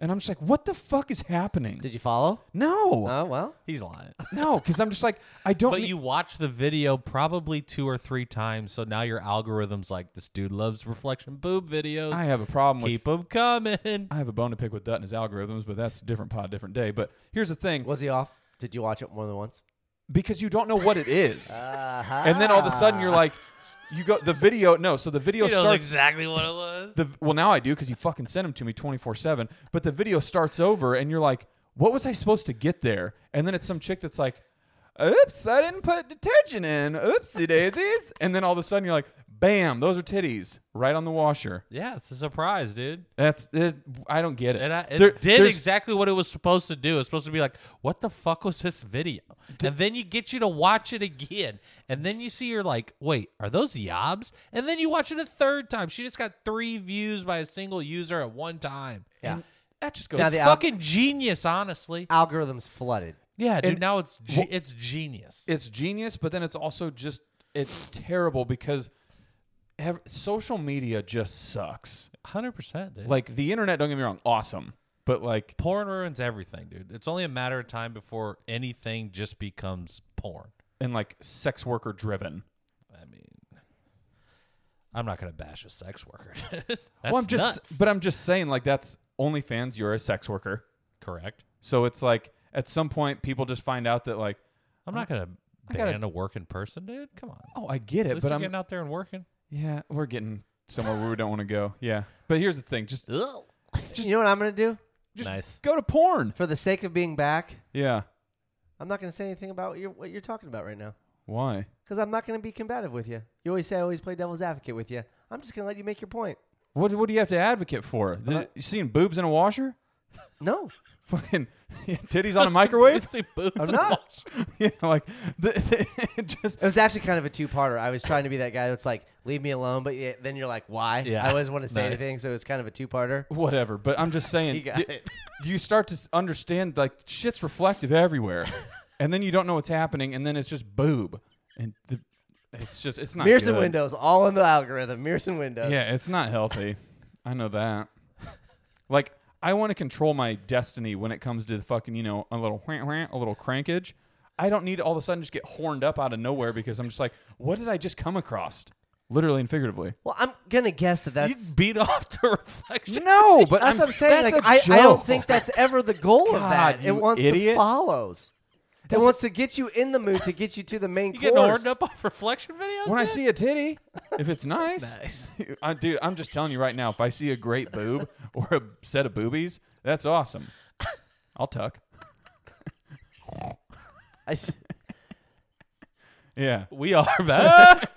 [SPEAKER 2] And I'm just like, what the fuck is happening?
[SPEAKER 1] Did you follow?
[SPEAKER 2] no,
[SPEAKER 1] Oh well.
[SPEAKER 3] He's lying.
[SPEAKER 2] no, because I'm just like, I don't.
[SPEAKER 3] But
[SPEAKER 2] need-
[SPEAKER 3] you watch the video probably two or three times, so now your algorithm's like, this dude loves reflection boob videos.
[SPEAKER 2] I have a problem with.
[SPEAKER 3] Keep them coming.
[SPEAKER 2] I have a bone to pick with Dutt and his algorithms, but that's a different pod, different day. But here's the thing:
[SPEAKER 1] Was he off? Did you watch it more than once?
[SPEAKER 2] because you don't know what it is.
[SPEAKER 1] Uh-huh.
[SPEAKER 2] and then all of a sudden you're like, you go the video. No, so the video
[SPEAKER 3] He knows
[SPEAKER 2] starts.
[SPEAKER 3] exactly what it was.
[SPEAKER 2] the well now I do because you fucking send them to me twenty four seven. But the video starts over and you're like, what was I supposed to get there? And then it's some chick that's like, oops, I didn't put detergent in. Oopsie daisies. And then all of a sudden you're like, bam, those are titties right on the washer.
[SPEAKER 3] Yeah, it's a surprise, dude.
[SPEAKER 2] That's it, I don't get it.
[SPEAKER 3] And I, it
[SPEAKER 2] There-
[SPEAKER 3] did
[SPEAKER 2] there's-
[SPEAKER 3] exactly what it was supposed to do. It's supposed to be like, what the fuck was this video? And then you get you to watch it again. And then you see you're like, wait, are those yobs? And then you watch it a third time. She just got three views by a single user at one time.
[SPEAKER 1] Yeah.
[SPEAKER 2] that just goes.
[SPEAKER 1] Now
[SPEAKER 3] It's
[SPEAKER 1] the al-
[SPEAKER 3] fucking genius, honestly.
[SPEAKER 1] Algorithms flooded.
[SPEAKER 3] Yeah, dude.
[SPEAKER 2] and-
[SPEAKER 3] now it's ge- it's genius.
[SPEAKER 2] it's genius, but then it's also just it's terrible because ev- social media just sucks.
[SPEAKER 3] Hundred percent, dude.
[SPEAKER 2] Like the internet, don't get me wrong, awesome, but like
[SPEAKER 3] porn ruins everything, dude. It's only a matter of time before anything just becomes porn.
[SPEAKER 2] and like sex worker driven.
[SPEAKER 3] I mean, I'm not gonna bash a sex worker. That's
[SPEAKER 2] Well, I'm just,
[SPEAKER 3] nuts.
[SPEAKER 2] but I'm just saying, like that's OnlyFans. You're a sex worker,
[SPEAKER 3] correct.
[SPEAKER 2] so it's like at some point people just find out that like,
[SPEAKER 3] I'm not gonna
[SPEAKER 2] gotta-
[SPEAKER 3] ban a working person, dude. Come on,
[SPEAKER 2] oh, I get
[SPEAKER 3] at
[SPEAKER 2] it,
[SPEAKER 3] least
[SPEAKER 2] but
[SPEAKER 3] they're
[SPEAKER 2] I'm
[SPEAKER 3] getting out there and working.
[SPEAKER 2] yeah, we're getting somewhere where we don't want to go. Yeah, but here's the thing, just
[SPEAKER 1] you know what I'm gonna do
[SPEAKER 2] just
[SPEAKER 3] nice.
[SPEAKER 2] go to porn.
[SPEAKER 1] for the sake of being back?
[SPEAKER 2] Yeah,
[SPEAKER 1] I'm not gonna say anything about what you're, what you're talking about right now
[SPEAKER 2] why?
[SPEAKER 1] because I'm not gonna be combative with you. You always say I always play devil's advocate with you. I'm just gonna let you make your point.
[SPEAKER 2] What what do you have to advocate for? The- you seeing boobs in a washer?
[SPEAKER 1] No,
[SPEAKER 2] fucking titties on a microwave.
[SPEAKER 3] It's a boots
[SPEAKER 1] I'm
[SPEAKER 3] and
[SPEAKER 1] not.
[SPEAKER 3] watch.
[SPEAKER 2] yeah, like the, it just
[SPEAKER 1] It was actually kind of a two-parter. I was trying to be that guy that's like, "Leave me alone," but yeah, then you're like, "Why?"
[SPEAKER 3] Yeah.
[SPEAKER 1] I always want to say
[SPEAKER 3] Nice.
[SPEAKER 1] anything, so it's kind of a two-parter.
[SPEAKER 2] whatever. But I'm just saying,
[SPEAKER 1] You got
[SPEAKER 2] y-
[SPEAKER 1] it.
[SPEAKER 2] you start to s- understand like shit's reflective everywhere, and then you don't know what's happening, and then it's just boob, and the, it's just it's not
[SPEAKER 1] Mirrors and
[SPEAKER 2] good.
[SPEAKER 1] windows, all in the algorithm. Mirrors and windows.
[SPEAKER 2] Yeah, it's not healthy. I know that. Like I want to control my destiny when it comes to the fucking you know a little whant, whant, a little crankage. I don't need to all of a sudden just get horned up out of nowhere because I'm just like, what did I just come across? Literally and figuratively.
[SPEAKER 1] Well, I'm gonna guess that
[SPEAKER 3] You
[SPEAKER 1] that's
[SPEAKER 3] beat off to reflection.
[SPEAKER 2] No, but
[SPEAKER 1] that's
[SPEAKER 2] I'm,
[SPEAKER 1] what I'm saying.
[SPEAKER 2] that's
[SPEAKER 1] Like,
[SPEAKER 2] a
[SPEAKER 1] I, I don't
[SPEAKER 2] joke.
[SPEAKER 1] think that's ever the goal of that.
[SPEAKER 2] God,
[SPEAKER 1] It
[SPEAKER 2] you
[SPEAKER 1] wants the
[SPEAKER 2] idiot.
[SPEAKER 1] follows. It wants to get you in the mood to get you to the main
[SPEAKER 3] You getting
[SPEAKER 1] course.
[SPEAKER 3] horned up off reflection videos?
[SPEAKER 2] when I
[SPEAKER 3] dude?
[SPEAKER 2] see a titty, if it's nice, I, dude, I'm just telling you right now. If I see a great boob or a set of boobies, that's awesome. I'll tuck.
[SPEAKER 1] I s-
[SPEAKER 2] Yeah,
[SPEAKER 3] we are back.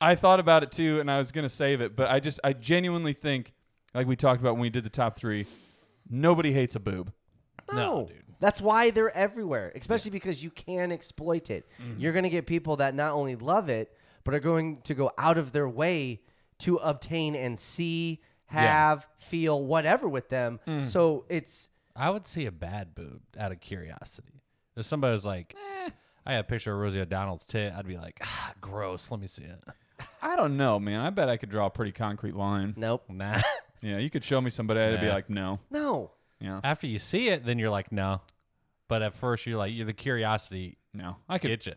[SPEAKER 2] I thought about it too, and I was gonna save it, but I just, I genuinely think, like we talked about when we did the top three, nobody hates a boob.
[SPEAKER 1] no, That's why they're everywhere, especially because you can exploit it. You're going to get people that not only love it, but are going to go out of their way to obtain and see, have, feel, whatever with them. So it's
[SPEAKER 3] I would see a bad boob out of curiosity. If somebody was like,
[SPEAKER 2] Eh.
[SPEAKER 3] I had a picture of Rosie O'Donnell's tit, I'd be like, ah, gross. Let me see it.
[SPEAKER 2] I don't know, man. I bet I could draw a pretty concrete line.
[SPEAKER 1] nope.
[SPEAKER 3] Nah.
[SPEAKER 2] Yeah, you could show me somebody, I'd be
[SPEAKER 3] Nah.
[SPEAKER 2] like, no.
[SPEAKER 1] No.
[SPEAKER 2] Yeah,
[SPEAKER 3] After you see it, then you're like, no. But at first, you're like, you're the curiosity
[SPEAKER 2] no. I could.
[SPEAKER 3] gets you.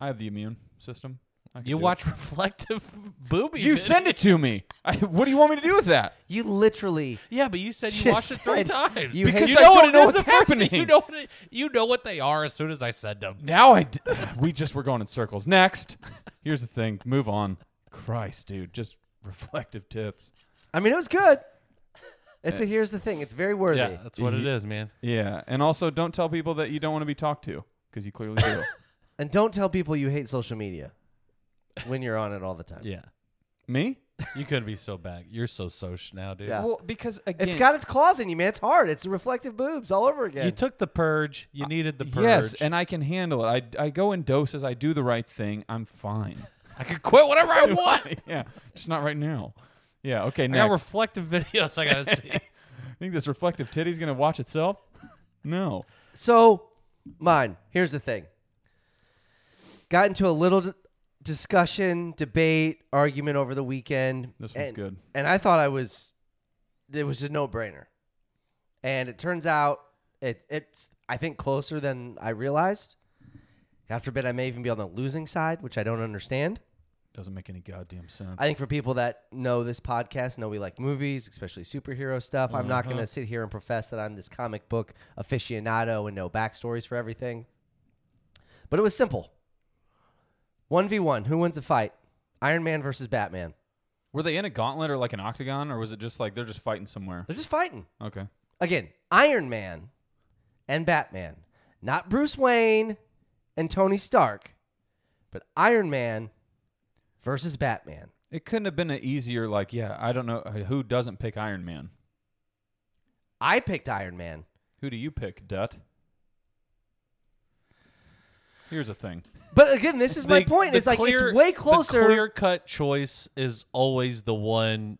[SPEAKER 2] I have the immune system. I could
[SPEAKER 3] You
[SPEAKER 2] do it.
[SPEAKER 3] watch reflective booby.
[SPEAKER 2] You send it to me. I, what do you want me to do with that?
[SPEAKER 1] You literally
[SPEAKER 3] Yeah, but you said you
[SPEAKER 1] Just
[SPEAKER 3] watched it three
[SPEAKER 1] said
[SPEAKER 3] times.
[SPEAKER 1] you Because hate-
[SPEAKER 2] I don't know
[SPEAKER 3] it is
[SPEAKER 2] what's
[SPEAKER 3] the first thing.
[SPEAKER 2] happening.
[SPEAKER 3] You know, what it, you know what they are as soon as I said them.
[SPEAKER 2] Now I, d- we just were going in circles. Next, here's the thing. Move on. Christ, dude, just reflective tits.
[SPEAKER 1] I mean it was good. It's a here's the thing. It's very worthy.
[SPEAKER 3] Yeah, that's what it
[SPEAKER 2] You-
[SPEAKER 3] is, man.
[SPEAKER 2] Yeah, and also don't tell people that you don't want to be talked to because you clearly do.
[SPEAKER 1] And don't tell people you hate social media when you're on it all the time.
[SPEAKER 3] Yeah.
[SPEAKER 2] me?
[SPEAKER 3] You couldn't be so bad. You're so social now, dude.
[SPEAKER 1] Yeah.
[SPEAKER 2] Well, because again,
[SPEAKER 1] It's got its claws in you, man. It's hard. It's reflective boobs all over again.
[SPEAKER 3] You took the purge. You needed the purge.
[SPEAKER 2] yes, and I can handle it. I I go in doses. I do the right thing. I'm fine.
[SPEAKER 3] I could quit whenever I want.
[SPEAKER 2] yeah, just not right now. Yeah. Okay.
[SPEAKER 3] I got
[SPEAKER 2] Next,
[SPEAKER 3] reflective videos I gotta see.
[SPEAKER 2] think this reflective titty's gonna watch itself? No.
[SPEAKER 1] So, mine. Here's the thing. Got into a little d- discussion, debate, argument over the weekend.
[SPEAKER 2] This one's
[SPEAKER 1] and-
[SPEAKER 2] good.
[SPEAKER 1] And I thought I was, it was a no brainer. And it turns out it it's I think closer than I realized. God forbid I may even be on the losing side, which I don't understand.
[SPEAKER 2] Doesn't make any goddamn sense.
[SPEAKER 1] I think for people that know this podcast, know we like movies, especially superhero stuff. I'm not going to sit here and profess that I'm this comic book aficionado and know backstories for everything. But it was simple. 1v1, who wins the fight? Iron Man versus Batman.
[SPEAKER 2] Were they in a gauntlet or like an octagon, or was it just like they're just fighting somewhere?
[SPEAKER 1] They're just fighting.
[SPEAKER 2] Okay.
[SPEAKER 1] Again, Iron Man and Batman. Not Bruce Wayne, and Tony Stark, but Iron Man versus Batman.
[SPEAKER 2] It couldn't have been an easier. Like, yeah, I don't know uh, who doesn't pick Iron Man.
[SPEAKER 1] I picked Iron Man.
[SPEAKER 2] Who do you pick, Dut? Here's the thing.
[SPEAKER 1] But again, this is my
[SPEAKER 3] The-
[SPEAKER 1] point.
[SPEAKER 3] the
[SPEAKER 1] It's like
[SPEAKER 3] clear-
[SPEAKER 1] it's way closer.
[SPEAKER 3] The clear cut choice is always the one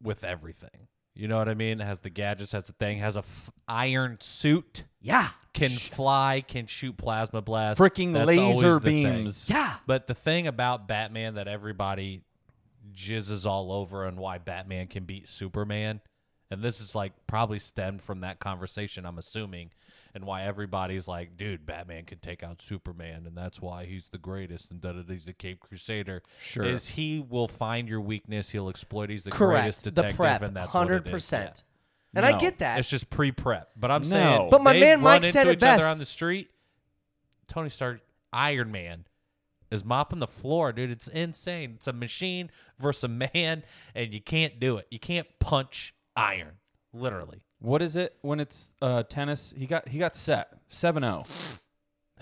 [SPEAKER 3] with everything. You know what I mean? Has the gadgets, has the thing, has a f- iron suit,
[SPEAKER 1] yeah.
[SPEAKER 3] can fly, can shoot plasma blasts,
[SPEAKER 2] Freaking
[SPEAKER 3] That's always
[SPEAKER 2] laser
[SPEAKER 3] the thing.
[SPEAKER 2] beams.
[SPEAKER 1] Yeah.
[SPEAKER 3] But the thing about Batman that everybody jizzes all over and why Batman can beat Superman, and this is like probably stemmed from that conversation, I'm assuming, and why everybody's like, dude, Batman can take out Superman, and that's why he's the greatest, and da da he's the Cape Crusader.
[SPEAKER 2] Sure.
[SPEAKER 3] Is he will find your weakness, he'll exploit, he's the
[SPEAKER 1] Correct.
[SPEAKER 3] greatest
[SPEAKER 1] The
[SPEAKER 3] detective,
[SPEAKER 1] prep,
[SPEAKER 3] and that's what it is.
[SPEAKER 1] hundred percent. And I
[SPEAKER 2] No,
[SPEAKER 1] get
[SPEAKER 3] Yeah.
[SPEAKER 1] that.
[SPEAKER 3] It's just pre prep. But I'm
[SPEAKER 2] No.
[SPEAKER 3] saying,
[SPEAKER 1] But my
[SPEAKER 3] they
[SPEAKER 1] man
[SPEAKER 3] run
[SPEAKER 1] Mike
[SPEAKER 3] into
[SPEAKER 1] said it
[SPEAKER 3] each other
[SPEAKER 1] best.
[SPEAKER 3] on the street. Tony Stark, Iron Man, is mopping the floor, dude. It's insane. It's a machine versus a man, and you can't do it. You can't punch iron, literally.
[SPEAKER 2] What is it when it's uh, tennis? He got he got set 7-0,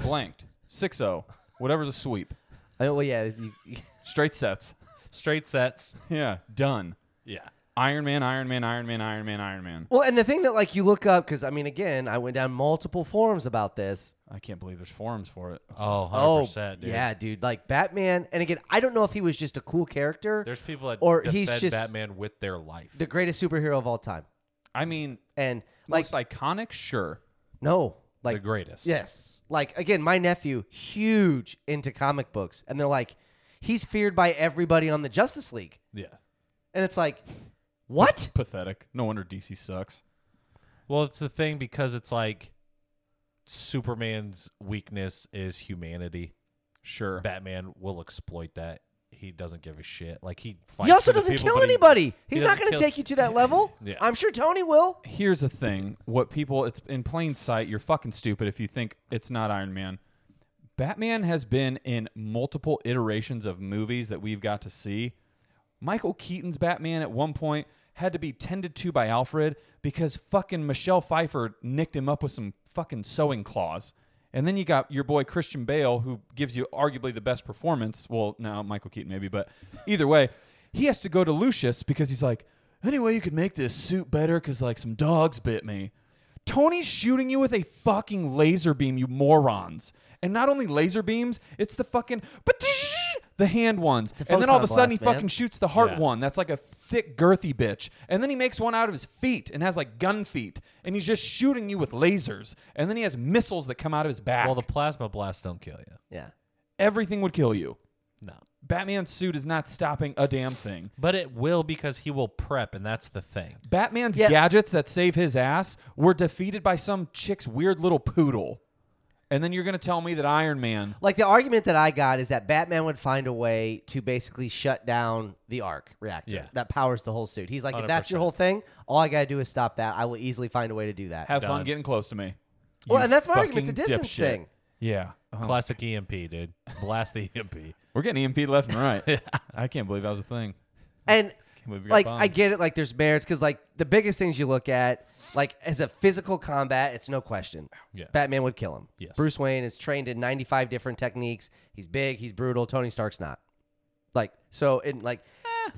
[SPEAKER 2] blanked 6-0, whatever's a sweep,
[SPEAKER 1] I- well, yeah. You, you-
[SPEAKER 2] straight sets.
[SPEAKER 3] Straight sets.
[SPEAKER 2] Yeah, done.
[SPEAKER 3] Yeah.
[SPEAKER 2] Iron Man, Iron Man, Iron Man, Iron Man, Iron Man.
[SPEAKER 1] well, and the thing that like you look up because I mean, again, I went down multiple forums about this.
[SPEAKER 2] I can't believe there's forums for it.
[SPEAKER 3] Oh, 100%, dude.
[SPEAKER 1] yeah, dude. Like Batman, and again, I don't know if he was just a cool character,
[SPEAKER 3] There's people that
[SPEAKER 1] Or he's
[SPEAKER 3] defend
[SPEAKER 1] just-
[SPEAKER 3] Batman with their life.
[SPEAKER 1] the greatest superhero of all time,
[SPEAKER 2] I mean,
[SPEAKER 1] and like
[SPEAKER 2] most iconic, sure.
[SPEAKER 1] no,
[SPEAKER 3] the
[SPEAKER 1] like
[SPEAKER 3] greatest.
[SPEAKER 1] Yes. Like again, my nephew huge into comic books and they're like he's feared by everybody on the Justice League.
[SPEAKER 2] Yeah.
[SPEAKER 1] And it's like what?
[SPEAKER 2] Pathetic. No wonder DC sucks.
[SPEAKER 3] Well, it's the thing because it's like Superman's weakness is humanity.
[SPEAKER 2] Sure.
[SPEAKER 3] Batman will exploit that. He doesn't give a shit. Like he fights.
[SPEAKER 1] He also
[SPEAKER 3] for the
[SPEAKER 1] doesn't
[SPEAKER 3] people,
[SPEAKER 1] kill
[SPEAKER 3] but he-
[SPEAKER 1] anybody. He's
[SPEAKER 3] doesn't
[SPEAKER 1] not going to
[SPEAKER 3] kill-
[SPEAKER 1] take you to that level.
[SPEAKER 3] Yeah.
[SPEAKER 1] I'm sure Tony will.
[SPEAKER 2] Here's the thing. What people it's in plain sight, you're fucking stupid if you think it's not Iron Man. Batman has been in multiple iterations of movies that we've got to see. Michael Keaton's Batman at one point had to be tended to by Alfred because fucking Michelle Pfeiffer nicked him up with some fucking sewing claws. And then you got your boy Christian Bale, who gives you arguably the best performance. Well, now Michael Keaton maybe, but either way, he has to go to Lucius because he's like, anyway, you could make this suit better because like some dogs bit me. Tony's shooting you with a fucking laser beam, you morons. And not only laser beams, it's the fucking the hand ones.
[SPEAKER 1] a
[SPEAKER 2] And then all of a
[SPEAKER 1] photon
[SPEAKER 2] sudden he
[SPEAKER 1] blast, man.
[SPEAKER 2] fucking shoots the heart
[SPEAKER 3] Yeah.
[SPEAKER 2] one. That's like a thick, girthy bitch. And then he makes one out of his feet and has like gun feet. And he's just shooting you with lasers. And then he has missiles that come out of his back.
[SPEAKER 3] Well, the plasma blasts don't kill you.
[SPEAKER 1] Yeah.
[SPEAKER 2] Everything would kill you.
[SPEAKER 3] No,
[SPEAKER 2] Batman's suit is not stopping a damn thing.
[SPEAKER 3] but it will because he will prep, and that's the thing.
[SPEAKER 2] Batman's
[SPEAKER 1] Yeah.
[SPEAKER 2] gadgets that save his ass were defeated by some chick's weird little poodle. And then you're going to tell me that Iron Man.
[SPEAKER 1] Like the argument that I got is that Batman would find a way to basically shut down the arc reactor
[SPEAKER 3] Yeah.
[SPEAKER 1] that powers the whole suit. He's like, if that's your whole thing, all I got to do is stop that. I will easily find a way to do that.
[SPEAKER 2] Have fun
[SPEAKER 3] Done.
[SPEAKER 2] getting close to me.
[SPEAKER 1] well,
[SPEAKER 2] You
[SPEAKER 1] and that's my argument. It's a
[SPEAKER 2] fucking
[SPEAKER 1] distance
[SPEAKER 2] dipshit.
[SPEAKER 1] thing.
[SPEAKER 2] Yeah.
[SPEAKER 1] Oh.
[SPEAKER 2] Uh-huh.
[SPEAKER 3] Classic EMP, dude. Blast the E EMP.
[SPEAKER 2] We're getting EMP left and right. I can't believe that was a thing.
[SPEAKER 1] And
[SPEAKER 2] believe we got
[SPEAKER 1] like
[SPEAKER 2] bombed.
[SPEAKER 1] I get it, like there's merits because like the biggest things you look at, like as a physical combat, it's no question.
[SPEAKER 3] Yeah.
[SPEAKER 1] Batman would kill him.
[SPEAKER 3] Yes.
[SPEAKER 1] Bruce Wayne is trained in 95 different techniques. He's big. He's brutal. Tony Stark's not. Like so, and like,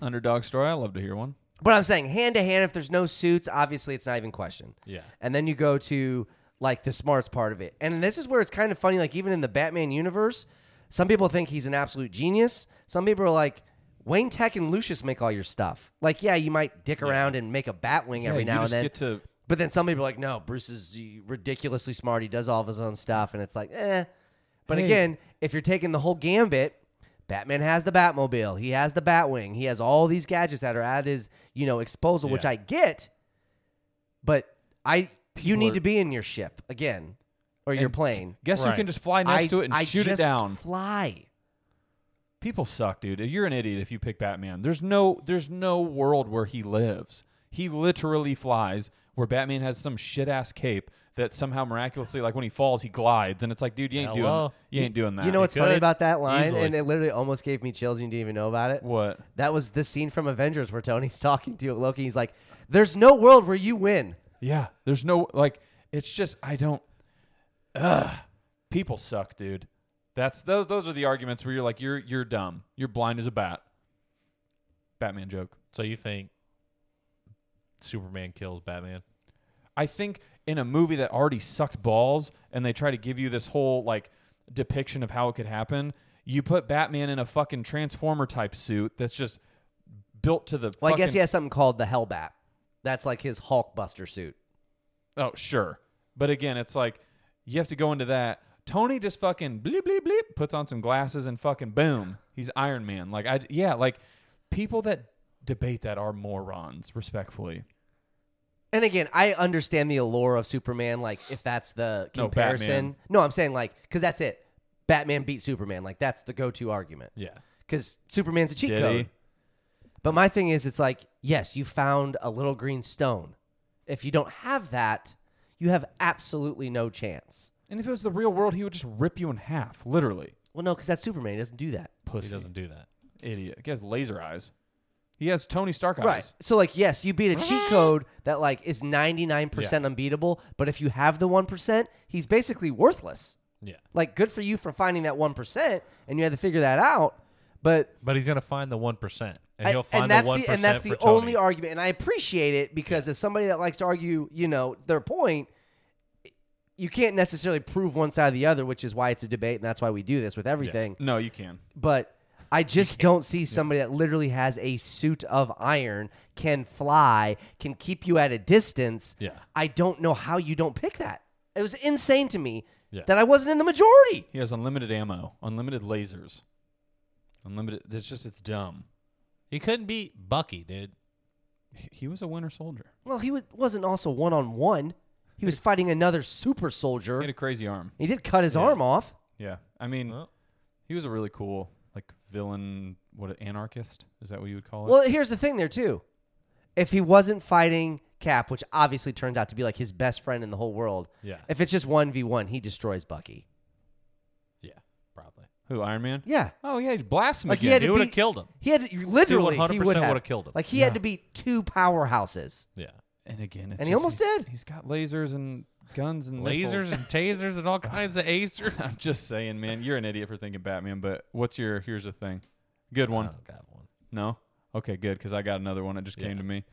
[SPEAKER 2] Underdog story. I love to hear one.
[SPEAKER 1] but I'm saying hand to hand. If there's no suits, obviously it's not even question.
[SPEAKER 3] Yeah.
[SPEAKER 1] And then you go to like the smarts part of it, and this is where it's kind of funny. Like even in the Batman universe, some people think he's an absolute genius. Some people are like. Wayne Tech and Lucius make all your stuff. Like, yeah, you might dick around and make a Batwing every
[SPEAKER 2] you
[SPEAKER 1] now and
[SPEAKER 2] just
[SPEAKER 1] then.
[SPEAKER 2] get to
[SPEAKER 1] But then some people are like, no, Bruce is ridiculously smart. He does all of his own stuff. And it's like, eh. But
[SPEAKER 2] Hey.
[SPEAKER 1] again, if you're taking the whole gambit, Batman has the Batmobile. He has the Batwing. He has all these gadgets that are at his, you know, disposal, which
[SPEAKER 3] Yeah.
[SPEAKER 1] I get. But I, you
[SPEAKER 2] People
[SPEAKER 1] need
[SPEAKER 2] are-
[SPEAKER 1] to be in your ship again or your
[SPEAKER 2] And
[SPEAKER 1] plane.
[SPEAKER 2] guess who
[SPEAKER 3] Right.
[SPEAKER 2] can just fly next
[SPEAKER 1] I,
[SPEAKER 2] to it and
[SPEAKER 1] I
[SPEAKER 2] shoot
[SPEAKER 1] just
[SPEAKER 2] it down.
[SPEAKER 1] Fly.
[SPEAKER 2] People suck, dude. You're an idiot if you pick Batman. There's no there's no world where he lives. He literally flies where Batman has some shit ass cape that somehow miraculously like when he falls he glides and it's like dude you ain't
[SPEAKER 3] Hello?
[SPEAKER 2] doing you ain't doing that.
[SPEAKER 1] You know what's funny
[SPEAKER 3] could.
[SPEAKER 1] about that line?
[SPEAKER 3] Easily.
[SPEAKER 1] And it literally almost gave me chills and you didn't even know about it.
[SPEAKER 2] what?
[SPEAKER 1] That was the scene from Avengers where Tony's talking to Loki. He's like, "There's no world where you win."
[SPEAKER 2] Yeah. There's no like it's just I don't people suck, dude. That's those those are the arguments where you're like you're you're dumb. You're blind as a bat. Batman joke.
[SPEAKER 3] So you think Superman kills Batman?
[SPEAKER 2] I think in a movie that already sucked balls and they try to give you this whole like depiction of how it could happen, you put Batman in a fucking transformer type suit that's just built to the
[SPEAKER 1] Well,
[SPEAKER 2] fucking
[SPEAKER 1] I guess he has something called the Hellbat. That's like his Hulkbuster suit.
[SPEAKER 2] Oh, sure. But again, it's like you have to go into that. Tony just fucking bleep bleep bleep puts on some glasses and fucking boom, he's Iron Man. Like I yeah, like people that debate that are morons, respectfully.
[SPEAKER 1] And again, I understand the allure of Superman. Like, if that's the
[SPEAKER 2] No,
[SPEAKER 1] comparison,
[SPEAKER 2] Batman.
[SPEAKER 1] no, I'm saying like because that's it. Batman beat Superman. Like that's the go-to argument.
[SPEAKER 3] Yeah.
[SPEAKER 1] Because Superman's a cheat
[SPEAKER 2] Did
[SPEAKER 1] code.
[SPEAKER 2] he?
[SPEAKER 1] But my thing is, it's like yes, you found a little green stone. If you don't have that, you have absolutely no chance.
[SPEAKER 2] And if it was the real world, he would just rip you in half, literally.
[SPEAKER 1] Well, no, because that's Superman. He doesn't do that.
[SPEAKER 2] Pussy.
[SPEAKER 3] He doesn't do that.
[SPEAKER 2] Idiot. He has laser eyes. He has Tony Stark eyes.
[SPEAKER 1] Right. So like yes, you beat a cheat code that like is 99%
[SPEAKER 2] Yeah.
[SPEAKER 1] unbeatable, but if you have the 1%, he's basically worthless.
[SPEAKER 3] Yeah.
[SPEAKER 1] Like good for you for finding that 1% and you had to figure that out, but
[SPEAKER 3] But he's gonna find the one percent, and
[SPEAKER 1] I-
[SPEAKER 3] he'll find
[SPEAKER 1] that's
[SPEAKER 3] the one
[SPEAKER 1] the
[SPEAKER 3] percent.
[SPEAKER 1] and that's
[SPEAKER 3] for
[SPEAKER 1] the
[SPEAKER 3] Tony.
[SPEAKER 1] only argument and I appreciate it because as somebody that likes to argue, you know, their point, you can't necessarily prove one side or the other, which is why it's a debate and that's why we do this with everything.
[SPEAKER 2] No, you can.
[SPEAKER 1] but I just don't see somebody that literally has a suit of iron, can fly, can keep you at a distance.
[SPEAKER 3] Yeah.
[SPEAKER 1] I don't know how you don't pick that. It was insane to me
[SPEAKER 3] Yeah.
[SPEAKER 1] that I wasn't in the majority.
[SPEAKER 2] He has unlimited ammo, unlimited lasers. Unlimited it's just it's dumb.
[SPEAKER 3] He couldn't beat Bucky, dude.
[SPEAKER 2] He- He was a winter soldier.
[SPEAKER 1] Well, he was, wasn't also one on one. He was fighting another super
[SPEAKER 2] He
[SPEAKER 1] soldier.
[SPEAKER 2] had a crazy arm.
[SPEAKER 1] He did cut his arm off.
[SPEAKER 2] Yeah. I
[SPEAKER 1] Mm.
[SPEAKER 2] mean,
[SPEAKER 3] Well.
[SPEAKER 2] he was a really cool, like, villain, what, anarchist? Is that what you would call it?
[SPEAKER 1] Well, here's the thing there too. If he wasn't fighting Cap, which obviously turns out to be like his best friend in the whole world,
[SPEAKER 3] Yeah.
[SPEAKER 1] if it's just one v one, he destroys Bucky.
[SPEAKER 3] Yeah, probably.
[SPEAKER 2] Who, Iron Man?
[SPEAKER 1] Yeah.
[SPEAKER 2] Oh, yeah, he blasts him
[SPEAKER 1] Like, he
[SPEAKER 2] again.
[SPEAKER 1] had to
[SPEAKER 3] would've
[SPEAKER 1] beat-
[SPEAKER 3] killed him.
[SPEAKER 1] He had literally he
[SPEAKER 3] 100%
[SPEAKER 1] would have
[SPEAKER 3] would've killed him.
[SPEAKER 1] Like he
[SPEAKER 2] Yeah.
[SPEAKER 1] had to beat two powerhouses.
[SPEAKER 3] Yeah.
[SPEAKER 2] and again, it's
[SPEAKER 1] And he
[SPEAKER 2] just-
[SPEAKER 1] almost
[SPEAKER 2] he's-
[SPEAKER 1] did.
[SPEAKER 2] He's got lasers and guns and
[SPEAKER 3] Lasers
[SPEAKER 2] missiles.
[SPEAKER 3] and tasers and all kinds of acers.
[SPEAKER 2] I'm just saying, man, you're an idiot for thinking Batman, but what's your, here's the thing. Good
[SPEAKER 3] I
[SPEAKER 1] Oh,
[SPEAKER 2] one.
[SPEAKER 3] don't got one.
[SPEAKER 2] No? Okay, good, because I got another one that just came to me.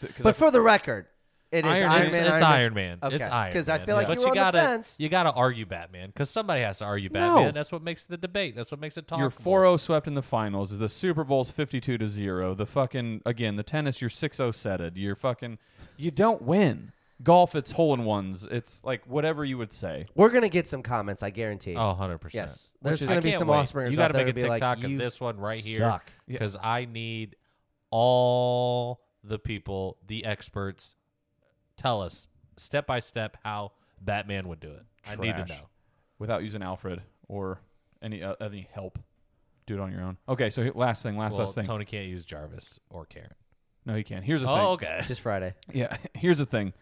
[SPEAKER 2] Th- 'cause
[SPEAKER 1] But for the record, it is
[SPEAKER 2] Iron
[SPEAKER 1] Iron,
[SPEAKER 2] Man.
[SPEAKER 1] Man.
[SPEAKER 3] It's, it's Iron Man. It's Iron Man.
[SPEAKER 1] Because I feel like
[SPEAKER 3] but
[SPEAKER 1] you were on
[SPEAKER 3] gotta,
[SPEAKER 1] the fence.
[SPEAKER 3] You got to argue Batman because somebody has to argue Batman. That's what makes the debate. That's what makes it talkable.
[SPEAKER 2] You're 4 0 swept in the finals. The Super Bowl's 52 to 0. The fucking, again, the tennis, you're 6 0 setted. You're fucking, you don't win. Golf, it's hole in ones. It's like whatever you would say.
[SPEAKER 1] We're gonna get some comments, I guarantee.
[SPEAKER 3] Oh, 100%.
[SPEAKER 1] yes,
[SPEAKER 3] Which
[SPEAKER 1] there's
[SPEAKER 3] is-
[SPEAKER 1] gonna
[SPEAKER 3] I
[SPEAKER 1] be
[SPEAKER 3] can't
[SPEAKER 1] some
[SPEAKER 3] wait.
[SPEAKER 1] offspringers
[SPEAKER 3] You
[SPEAKER 1] out
[SPEAKER 3] gotta
[SPEAKER 1] there
[SPEAKER 3] make a
[SPEAKER 1] that'll be like,
[SPEAKER 3] TikTok
[SPEAKER 1] "You
[SPEAKER 3] of this one right here
[SPEAKER 1] suck."
[SPEAKER 3] because I need all the people, the experts, tell us step by step how Batman would do it. I need to
[SPEAKER 2] Trash.
[SPEAKER 3] know.
[SPEAKER 2] Without using Alfred or any uh, any help. Do it on your own. Okay, so he- last thing, last
[SPEAKER 3] Well,
[SPEAKER 2] last thing.
[SPEAKER 3] Tony can't use Jarvis or Karen.
[SPEAKER 2] No, he can't. Here's the
[SPEAKER 3] Oh,
[SPEAKER 2] thing.
[SPEAKER 3] okay.
[SPEAKER 1] Just Friday.
[SPEAKER 2] Yeah, here's the thing.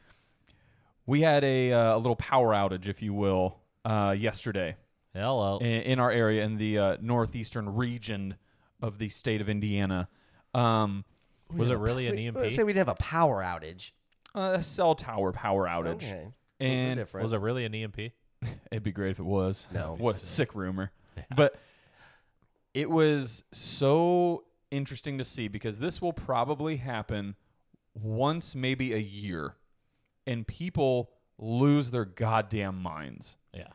[SPEAKER 2] We had a, uh, a little power outage, if you will, uh, yesterday
[SPEAKER 3] Hello.
[SPEAKER 2] in, in our area in the uh, northeastern region of the state of Indiana. Um,
[SPEAKER 3] Was it really an E
[SPEAKER 1] Let's say
[SPEAKER 3] EMP?
[SPEAKER 1] we didn't have a power outage.
[SPEAKER 2] a cell tower power outage.
[SPEAKER 1] Okay. Those are
[SPEAKER 2] And
[SPEAKER 1] different.
[SPEAKER 3] Was it really an E EMP?
[SPEAKER 2] it'd be great if it was.
[SPEAKER 1] No.
[SPEAKER 2] What a sick rumor. But it was so interesting to see because this will probably happen once, maybe a year, and people lose their goddamn minds.
[SPEAKER 3] Yeah.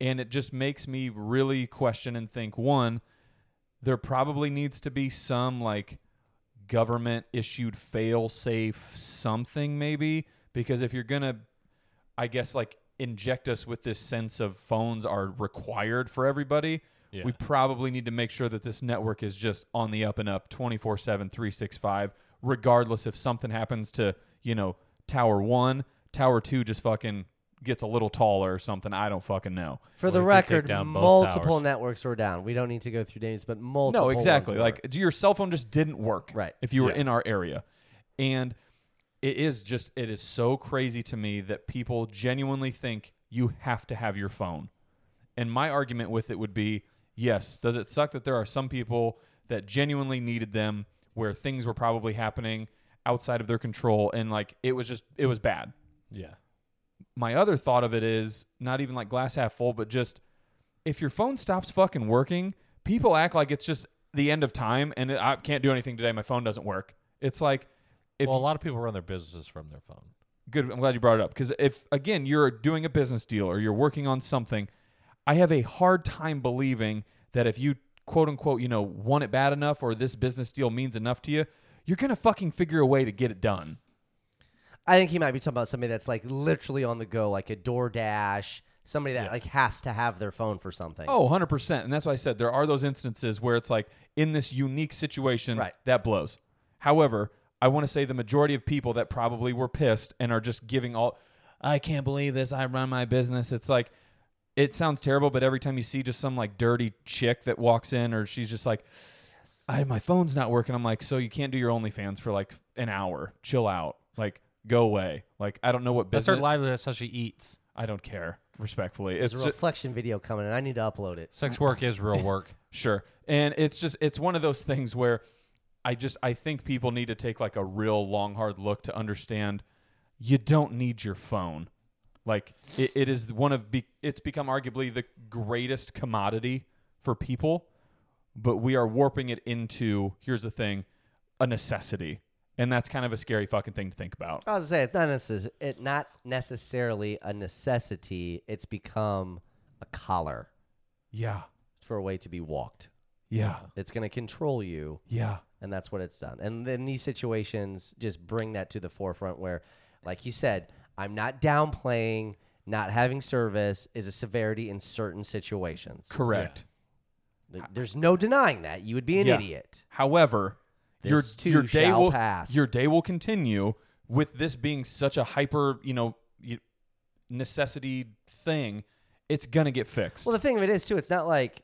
[SPEAKER 2] And it just makes me really question and think one, there probably needs to be some like government issued fail safe something, maybe, because if you're going to, I guess, like inject us with this sense of phones are required for everybody.
[SPEAKER 3] Yeah.
[SPEAKER 2] We probably need to make sure that this network is just on the up and up 24 7, 365, regardless if something happens to, you know, Tower 1, Tower 2 just fucking gets a little taller or something. I don't fucking know.
[SPEAKER 1] For the
[SPEAKER 3] Well, if they take
[SPEAKER 1] record,
[SPEAKER 3] down both
[SPEAKER 1] multiple
[SPEAKER 3] towers.
[SPEAKER 1] networks were down. We don't need to go through names, but multiple.
[SPEAKER 2] No,
[SPEAKER 1] ones
[SPEAKER 2] exactly.
[SPEAKER 1] were.
[SPEAKER 2] Like your cell phone just didn't work.
[SPEAKER 1] Right.
[SPEAKER 2] If you were
[SPEAKER 3] Yeah.
[SPEAKER 2] in our area. And it is just it is so crazy to me that people genuinely think you have to have your phone. And my argument with it would be, yes, does it suck that there are some people that genuinely needed them where things were probably happening outside of their control and like it was just it was bad.
[SPEAKER 3] Yeah.
[SPEAKER 2] my other thought of it is not even like glass half full, but just if your phone stops fucking working, people act like it's just the end of time and I can't do anything today. My phone doesn't work. It's like if
[SPEAKER 3] well, a lot of people run their businesses from their phone.
[SPEAKER 2] good i'm glad you brought it up because if again you're doing a business deal or you're working on something i have a hard time believing that if you quote unquote you know want it bad enough or this business deal means enough to you you're gonna fucking figure a way to get it done
[SPEAKER 1] I think he might be talking about somebody that's like literally on the go, like a DoorDash, somebody that like has to have their phone for something.
[SPEAKER 2] oh 100% and that's why i said there are those instances where it's like in this unique situation
[SPEAKER 1] Right.
[SPEAKER 2] that blows however i want to say the majority of people that probably were pissed and are just giving all i can't believe this i run my business it's like it sounds terrible, but every time you see just some like dirty chick that walks in, or she's just like, I my phone's not working. I'm like, so you can't do your OnlyFans for like an hour. Chill out. Like, go away. Like, I don't know what
[SPEAKER 3] That's her
[SPEAKER 2] business.
[SPEAKER 3] livelihood. That's how she eats.
[SPEAKER 2] I don't care. Respectfully, it's
[SPEAKER 1] There's a
[SPEAKER 2] just,
[SPEAKER 1] reflection video coming, and I need to upload it.
[SPEAKER 3] Sex work is real work.
[SPEAKER 2] sure, and it's just it's one of those things where I just I think people need to take like a real long hard look to understand you don't need your phone. Like it, it is one of be, it's become arguably the greatest commodity for people, but we are warping it into here's the thing, a necessity, and that's kind of a scary fucking thing to think about.
[SPEAKER 1] I was gonna say it's not necess- it not necessarily a necessity. It's become a collar
[SPEAKER 2] Yeah,
[SPEAKER 1] for a way to be walked.
[SPEAKER 2] yeah,
[SPEAKER 1] It's gonna control you,
[SPEAKER 2] yeah,
[SPEAKER 1] and that's what it's done. And in these situations, just bring that to the forefront. Where, like you said, I'm not downplaying not having service is a severity in certain situations.
[SPEAKER 2] correct.
[SPEAKER 1] There- There's no denying that. You would be an
[SPEAKER 2] Ah. Yeah.
[SPEAKER 1] idiot.
[SPEAKER 2] However, your
[SPEAKER 1] This too
[SPEAKER 2] your day
[SPEAKER 1] shall
[SPEAKER 2] will
[SPEAKER 1] pass.
[SPEAKER 2] your day will continue with this being such a hyper you know you- necessity thing. It's gonna get fixed.
[SPEAKER 1] Well, the thing of it is too, it's not like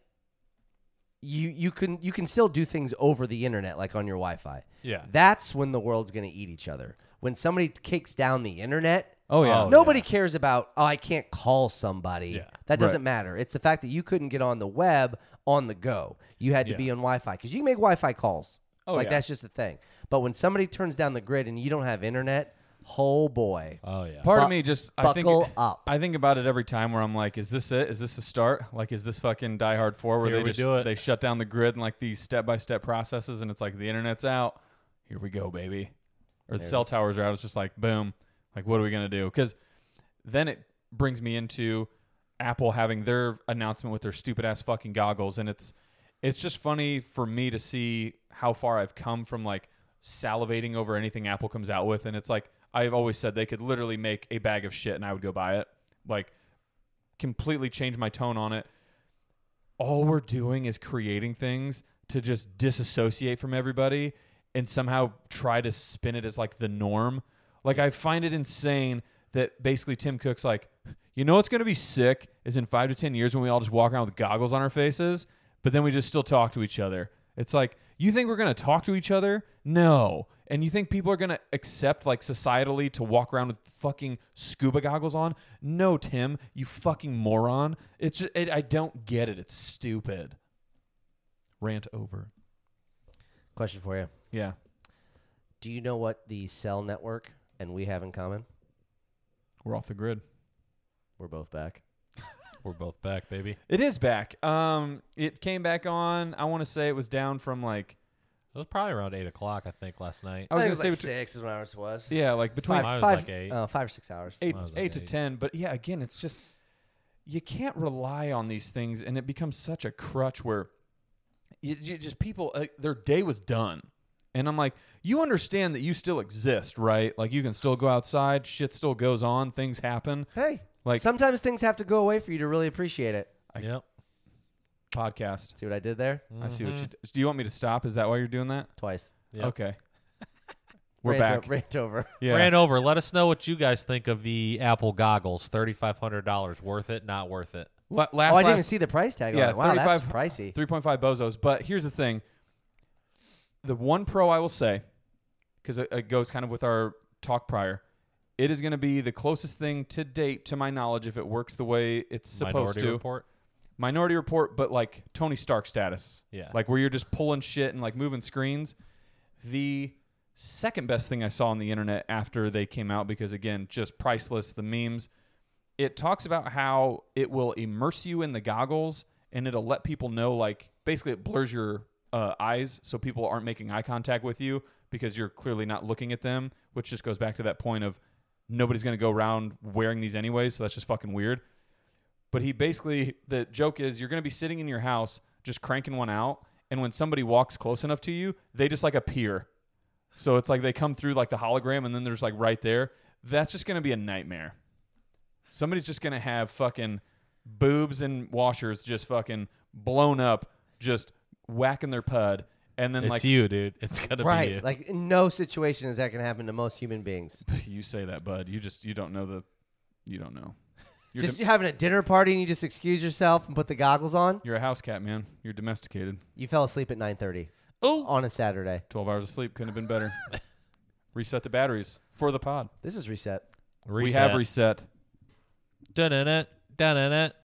[SPEAKER 1] you you can you can still do things over the internet, like on your Wi-Fi.
[SPEAKER 3] Yeah.
[SPEAKER 1] that's when the world's gonna eat each other. When somebody kicks down the internet,
[SPEAKER 2] oh yeah,
[SPEAKER 3] Oh,
[SPEAKER 1] nobody cares about. Oh, I can't call somebody.
[SPEAKER 3] Yeah.
[SPEAKER 1] That doesn't matter. It's the fact that you couldn't get on the web on the go. You had to
[SPEAKER 3] Yeah.
[SPEAKER 1] be on Wi-Fi because you can make Wi-Fi calls.
[SPEAKER 2] Oh,
[SPEAKER 1] like
[SPEAKER 2] yeah.
[SPEAKER 1] that's just the thing. But when somebody turns down the grid and you don't have internet, oh boy.
[SPEAKER 2] Uh,
[SPEAKER 3] Oh yeah.
[SPEAKER 2] Part of
[SPEAKER 1] Bu-
[SPEAKER 2] me just I think
[SPEAKER 1] buckle up.
[SPEAKER 2] I think about it every time where I'm like, is this it? Is this the start? Like, is this fucking Die Hard Four where
[SPEAKER 3] Here
[SPEAKER 2] they
[SPEAKER 3] we
[SPEAKER 2] just
[SPEAKER 3] do it.
[SPEAKER 2] they shut down the grid and like these step by step processes and it's like the internet's out. Here we go, baby. Or the cell towers are out. It's just like boom. Like what are we gonna do? Because then it brings me into Apple having their announcement with their stupid ass fucking goggles, and it's it's just funny for me to see how far I've come from like salivating over anything Apple comes out with, and it's like I've always said they could literally make a bag of shit and I would go buy it, like completely change my tone on it. All we're doing is creating things to just disassociate from everybody and somehow try to spin it as like the norm. Like I find it insane that basically Tim Cook's like, you know what's gonna be sick is in five to ten years when we all just walk around with goggles on our faces, but then we just still talk to each other. It's like you think we're gonna talk to each other? No. And you think people are gonna accept like societally to walk around with fucking scuba goggles on? No, Tim, you fucking moron. It's just, it, I don't get it. It's stupid. Rant over.
[SPEAKER 1] Question for you.
[SPEAKER 2] Yeah.
[SPEAKER 1] Do you know what the cell network and we have in common?
[SPEAKER 2] We're off the grid.
[SPEAKER 1] We're both back.
[SPEAKER 3] We're both back, baby.
[SPEAKER 2] It is back. Um, it came back on. I want to say it was down from like
[SPEAKER 3] It was probably around eight o'clock, I think, last night.
[SPEAKER 2] I was
[SPEAKER 1] think
[SPEAKER 2] gonna
[SPEAKER 1] it
[SPEAKER 2] say
[SPEAKER 1] like
[SPEAKER 2] between,
[SPEAKER 1] six is when ours was.
[SPEAKER 2] yeah, like between
[SPEAKER 3] Mine was
[SPEAKER 1] five-
[SPEAKER 3] like eight.
[SPEAKER 1] Uh, five or six hours.
[SPEAKER 2] eight,
[SPEAKER 3] Mine was like
[SPEAKER 2] eight to
[SPEAKER 3] eight.
[SPEAKER 2] ten. But yeah, again, it's just you can't rely on these things, and it becomes such a crutch where you, you just people uh, their day was done, and I'm like, you understand that you still exist, right? Like you can still go outside, shit still goes on, things happen.
[SPEAKER 1] Hey,
[SPEAKER 2] Like-
[SPEAKER 1] like sometimes things have to go away for you to really appreciate it.
[SPEAKER 3] yep.
[SPEAKER 2] Podcast.
[SPEAKER 1] See what I did there?
[SPEAKER 2] I see
[SPEAKER 1] Mm-hmm.
[SPEAKER 2] what you. d- Do you want me to stop? Is that why you're doing that?
[SPEAKER 1] Twice.
[SPEAKER 3] Yep.
[SPEAKER 2] Okay. We're
[SPEAKER 1] Rant o-
[SPEAKER 2] back.
[SPEAKER 1] rant over.
[SPEAKER 2] yeah.
[SPEAKER 3] Ran over. Let us know what you guys think of the Apple goggles. Thirty five hundred dollars. Worth it? Not worth it?
[SPEAKER 2] La-
[SPEAKER 1] Oh,
[SPEAKER 2] last,
[SPEAKER 1] I didn't even
[SPEAKER 2] last-
[SPEAKER 1] see the price tag
[SPEAKER 2] yeah,
[SPEAKER 1] on it. Wow, that's
[SPEAKER 2] 35
[SPEAKER 1] pricey.
[SPEAKER 2] 3.5 bozos. But here's the thing the one pro I will say, because it, it goes kind of with our talk prior, it is going to be the closest thing to date, to my knowledge, if it works the way it's supposed
[SPEAKER 3] Minority
[SPEAKER 2] to.
[SPEAKER 3] report.
[SPEAKER 2] Minority Report, but like Tony Stark status.
[SPEAKER 3] Yeah.
[SPEAKER 2] Like where you're just pulling shit and like moving screens. The second best thing I saw on the internet after they came out, because again, just priceless, the memes. it talks about how it will immerse you in the goggles and it'll let people know like basically it blurs your uh, eyes so people aren't making eye contact with you because you're clearly not looking at them which just goes back to that point of nobody's going to go around wearing these anyways so that's just fucking weird but he basically the joke is you're going to be sitting in your house just cranking one out and when somebody walks close enough to you they just like appear so it's like they come through like the hologram and then there's like right there that's just going to be a nightmare somebody's just going to have fucking boobs and washers just fucking blown up just whacking their pud and then
[SPEAKER 3] It's
[SPEAKER 2] like
[SPEAKER 3] you, dude. It's gonna be you.
[SPEAKER 1] Right. Like in no situation is that going to happen to most human beings.
[SPEAKER 2] you say that bud you just you don't know the you don't know you're,
[SPEAKER 1] just
[SPEAKER 2] dom-
[SPEAKER 1] having a dinner party and you just excuse yourself and put the goggles on.
[SPEAKER 2] you're a house cat man you're domesticated
[SPEAKER 1] You fell asleep at 9:30
[SPEAKER 3] Ooh.
[SPEAKER 1] on a Saturday.
[SPEAKER 2] 12 hours of sleep couldn't have been better reset the batteries for the pod
[SPEAKER 1] This is reset.
[SPEAKER 2] we have reset
[SPEAKER 3] Dun it. Dun it.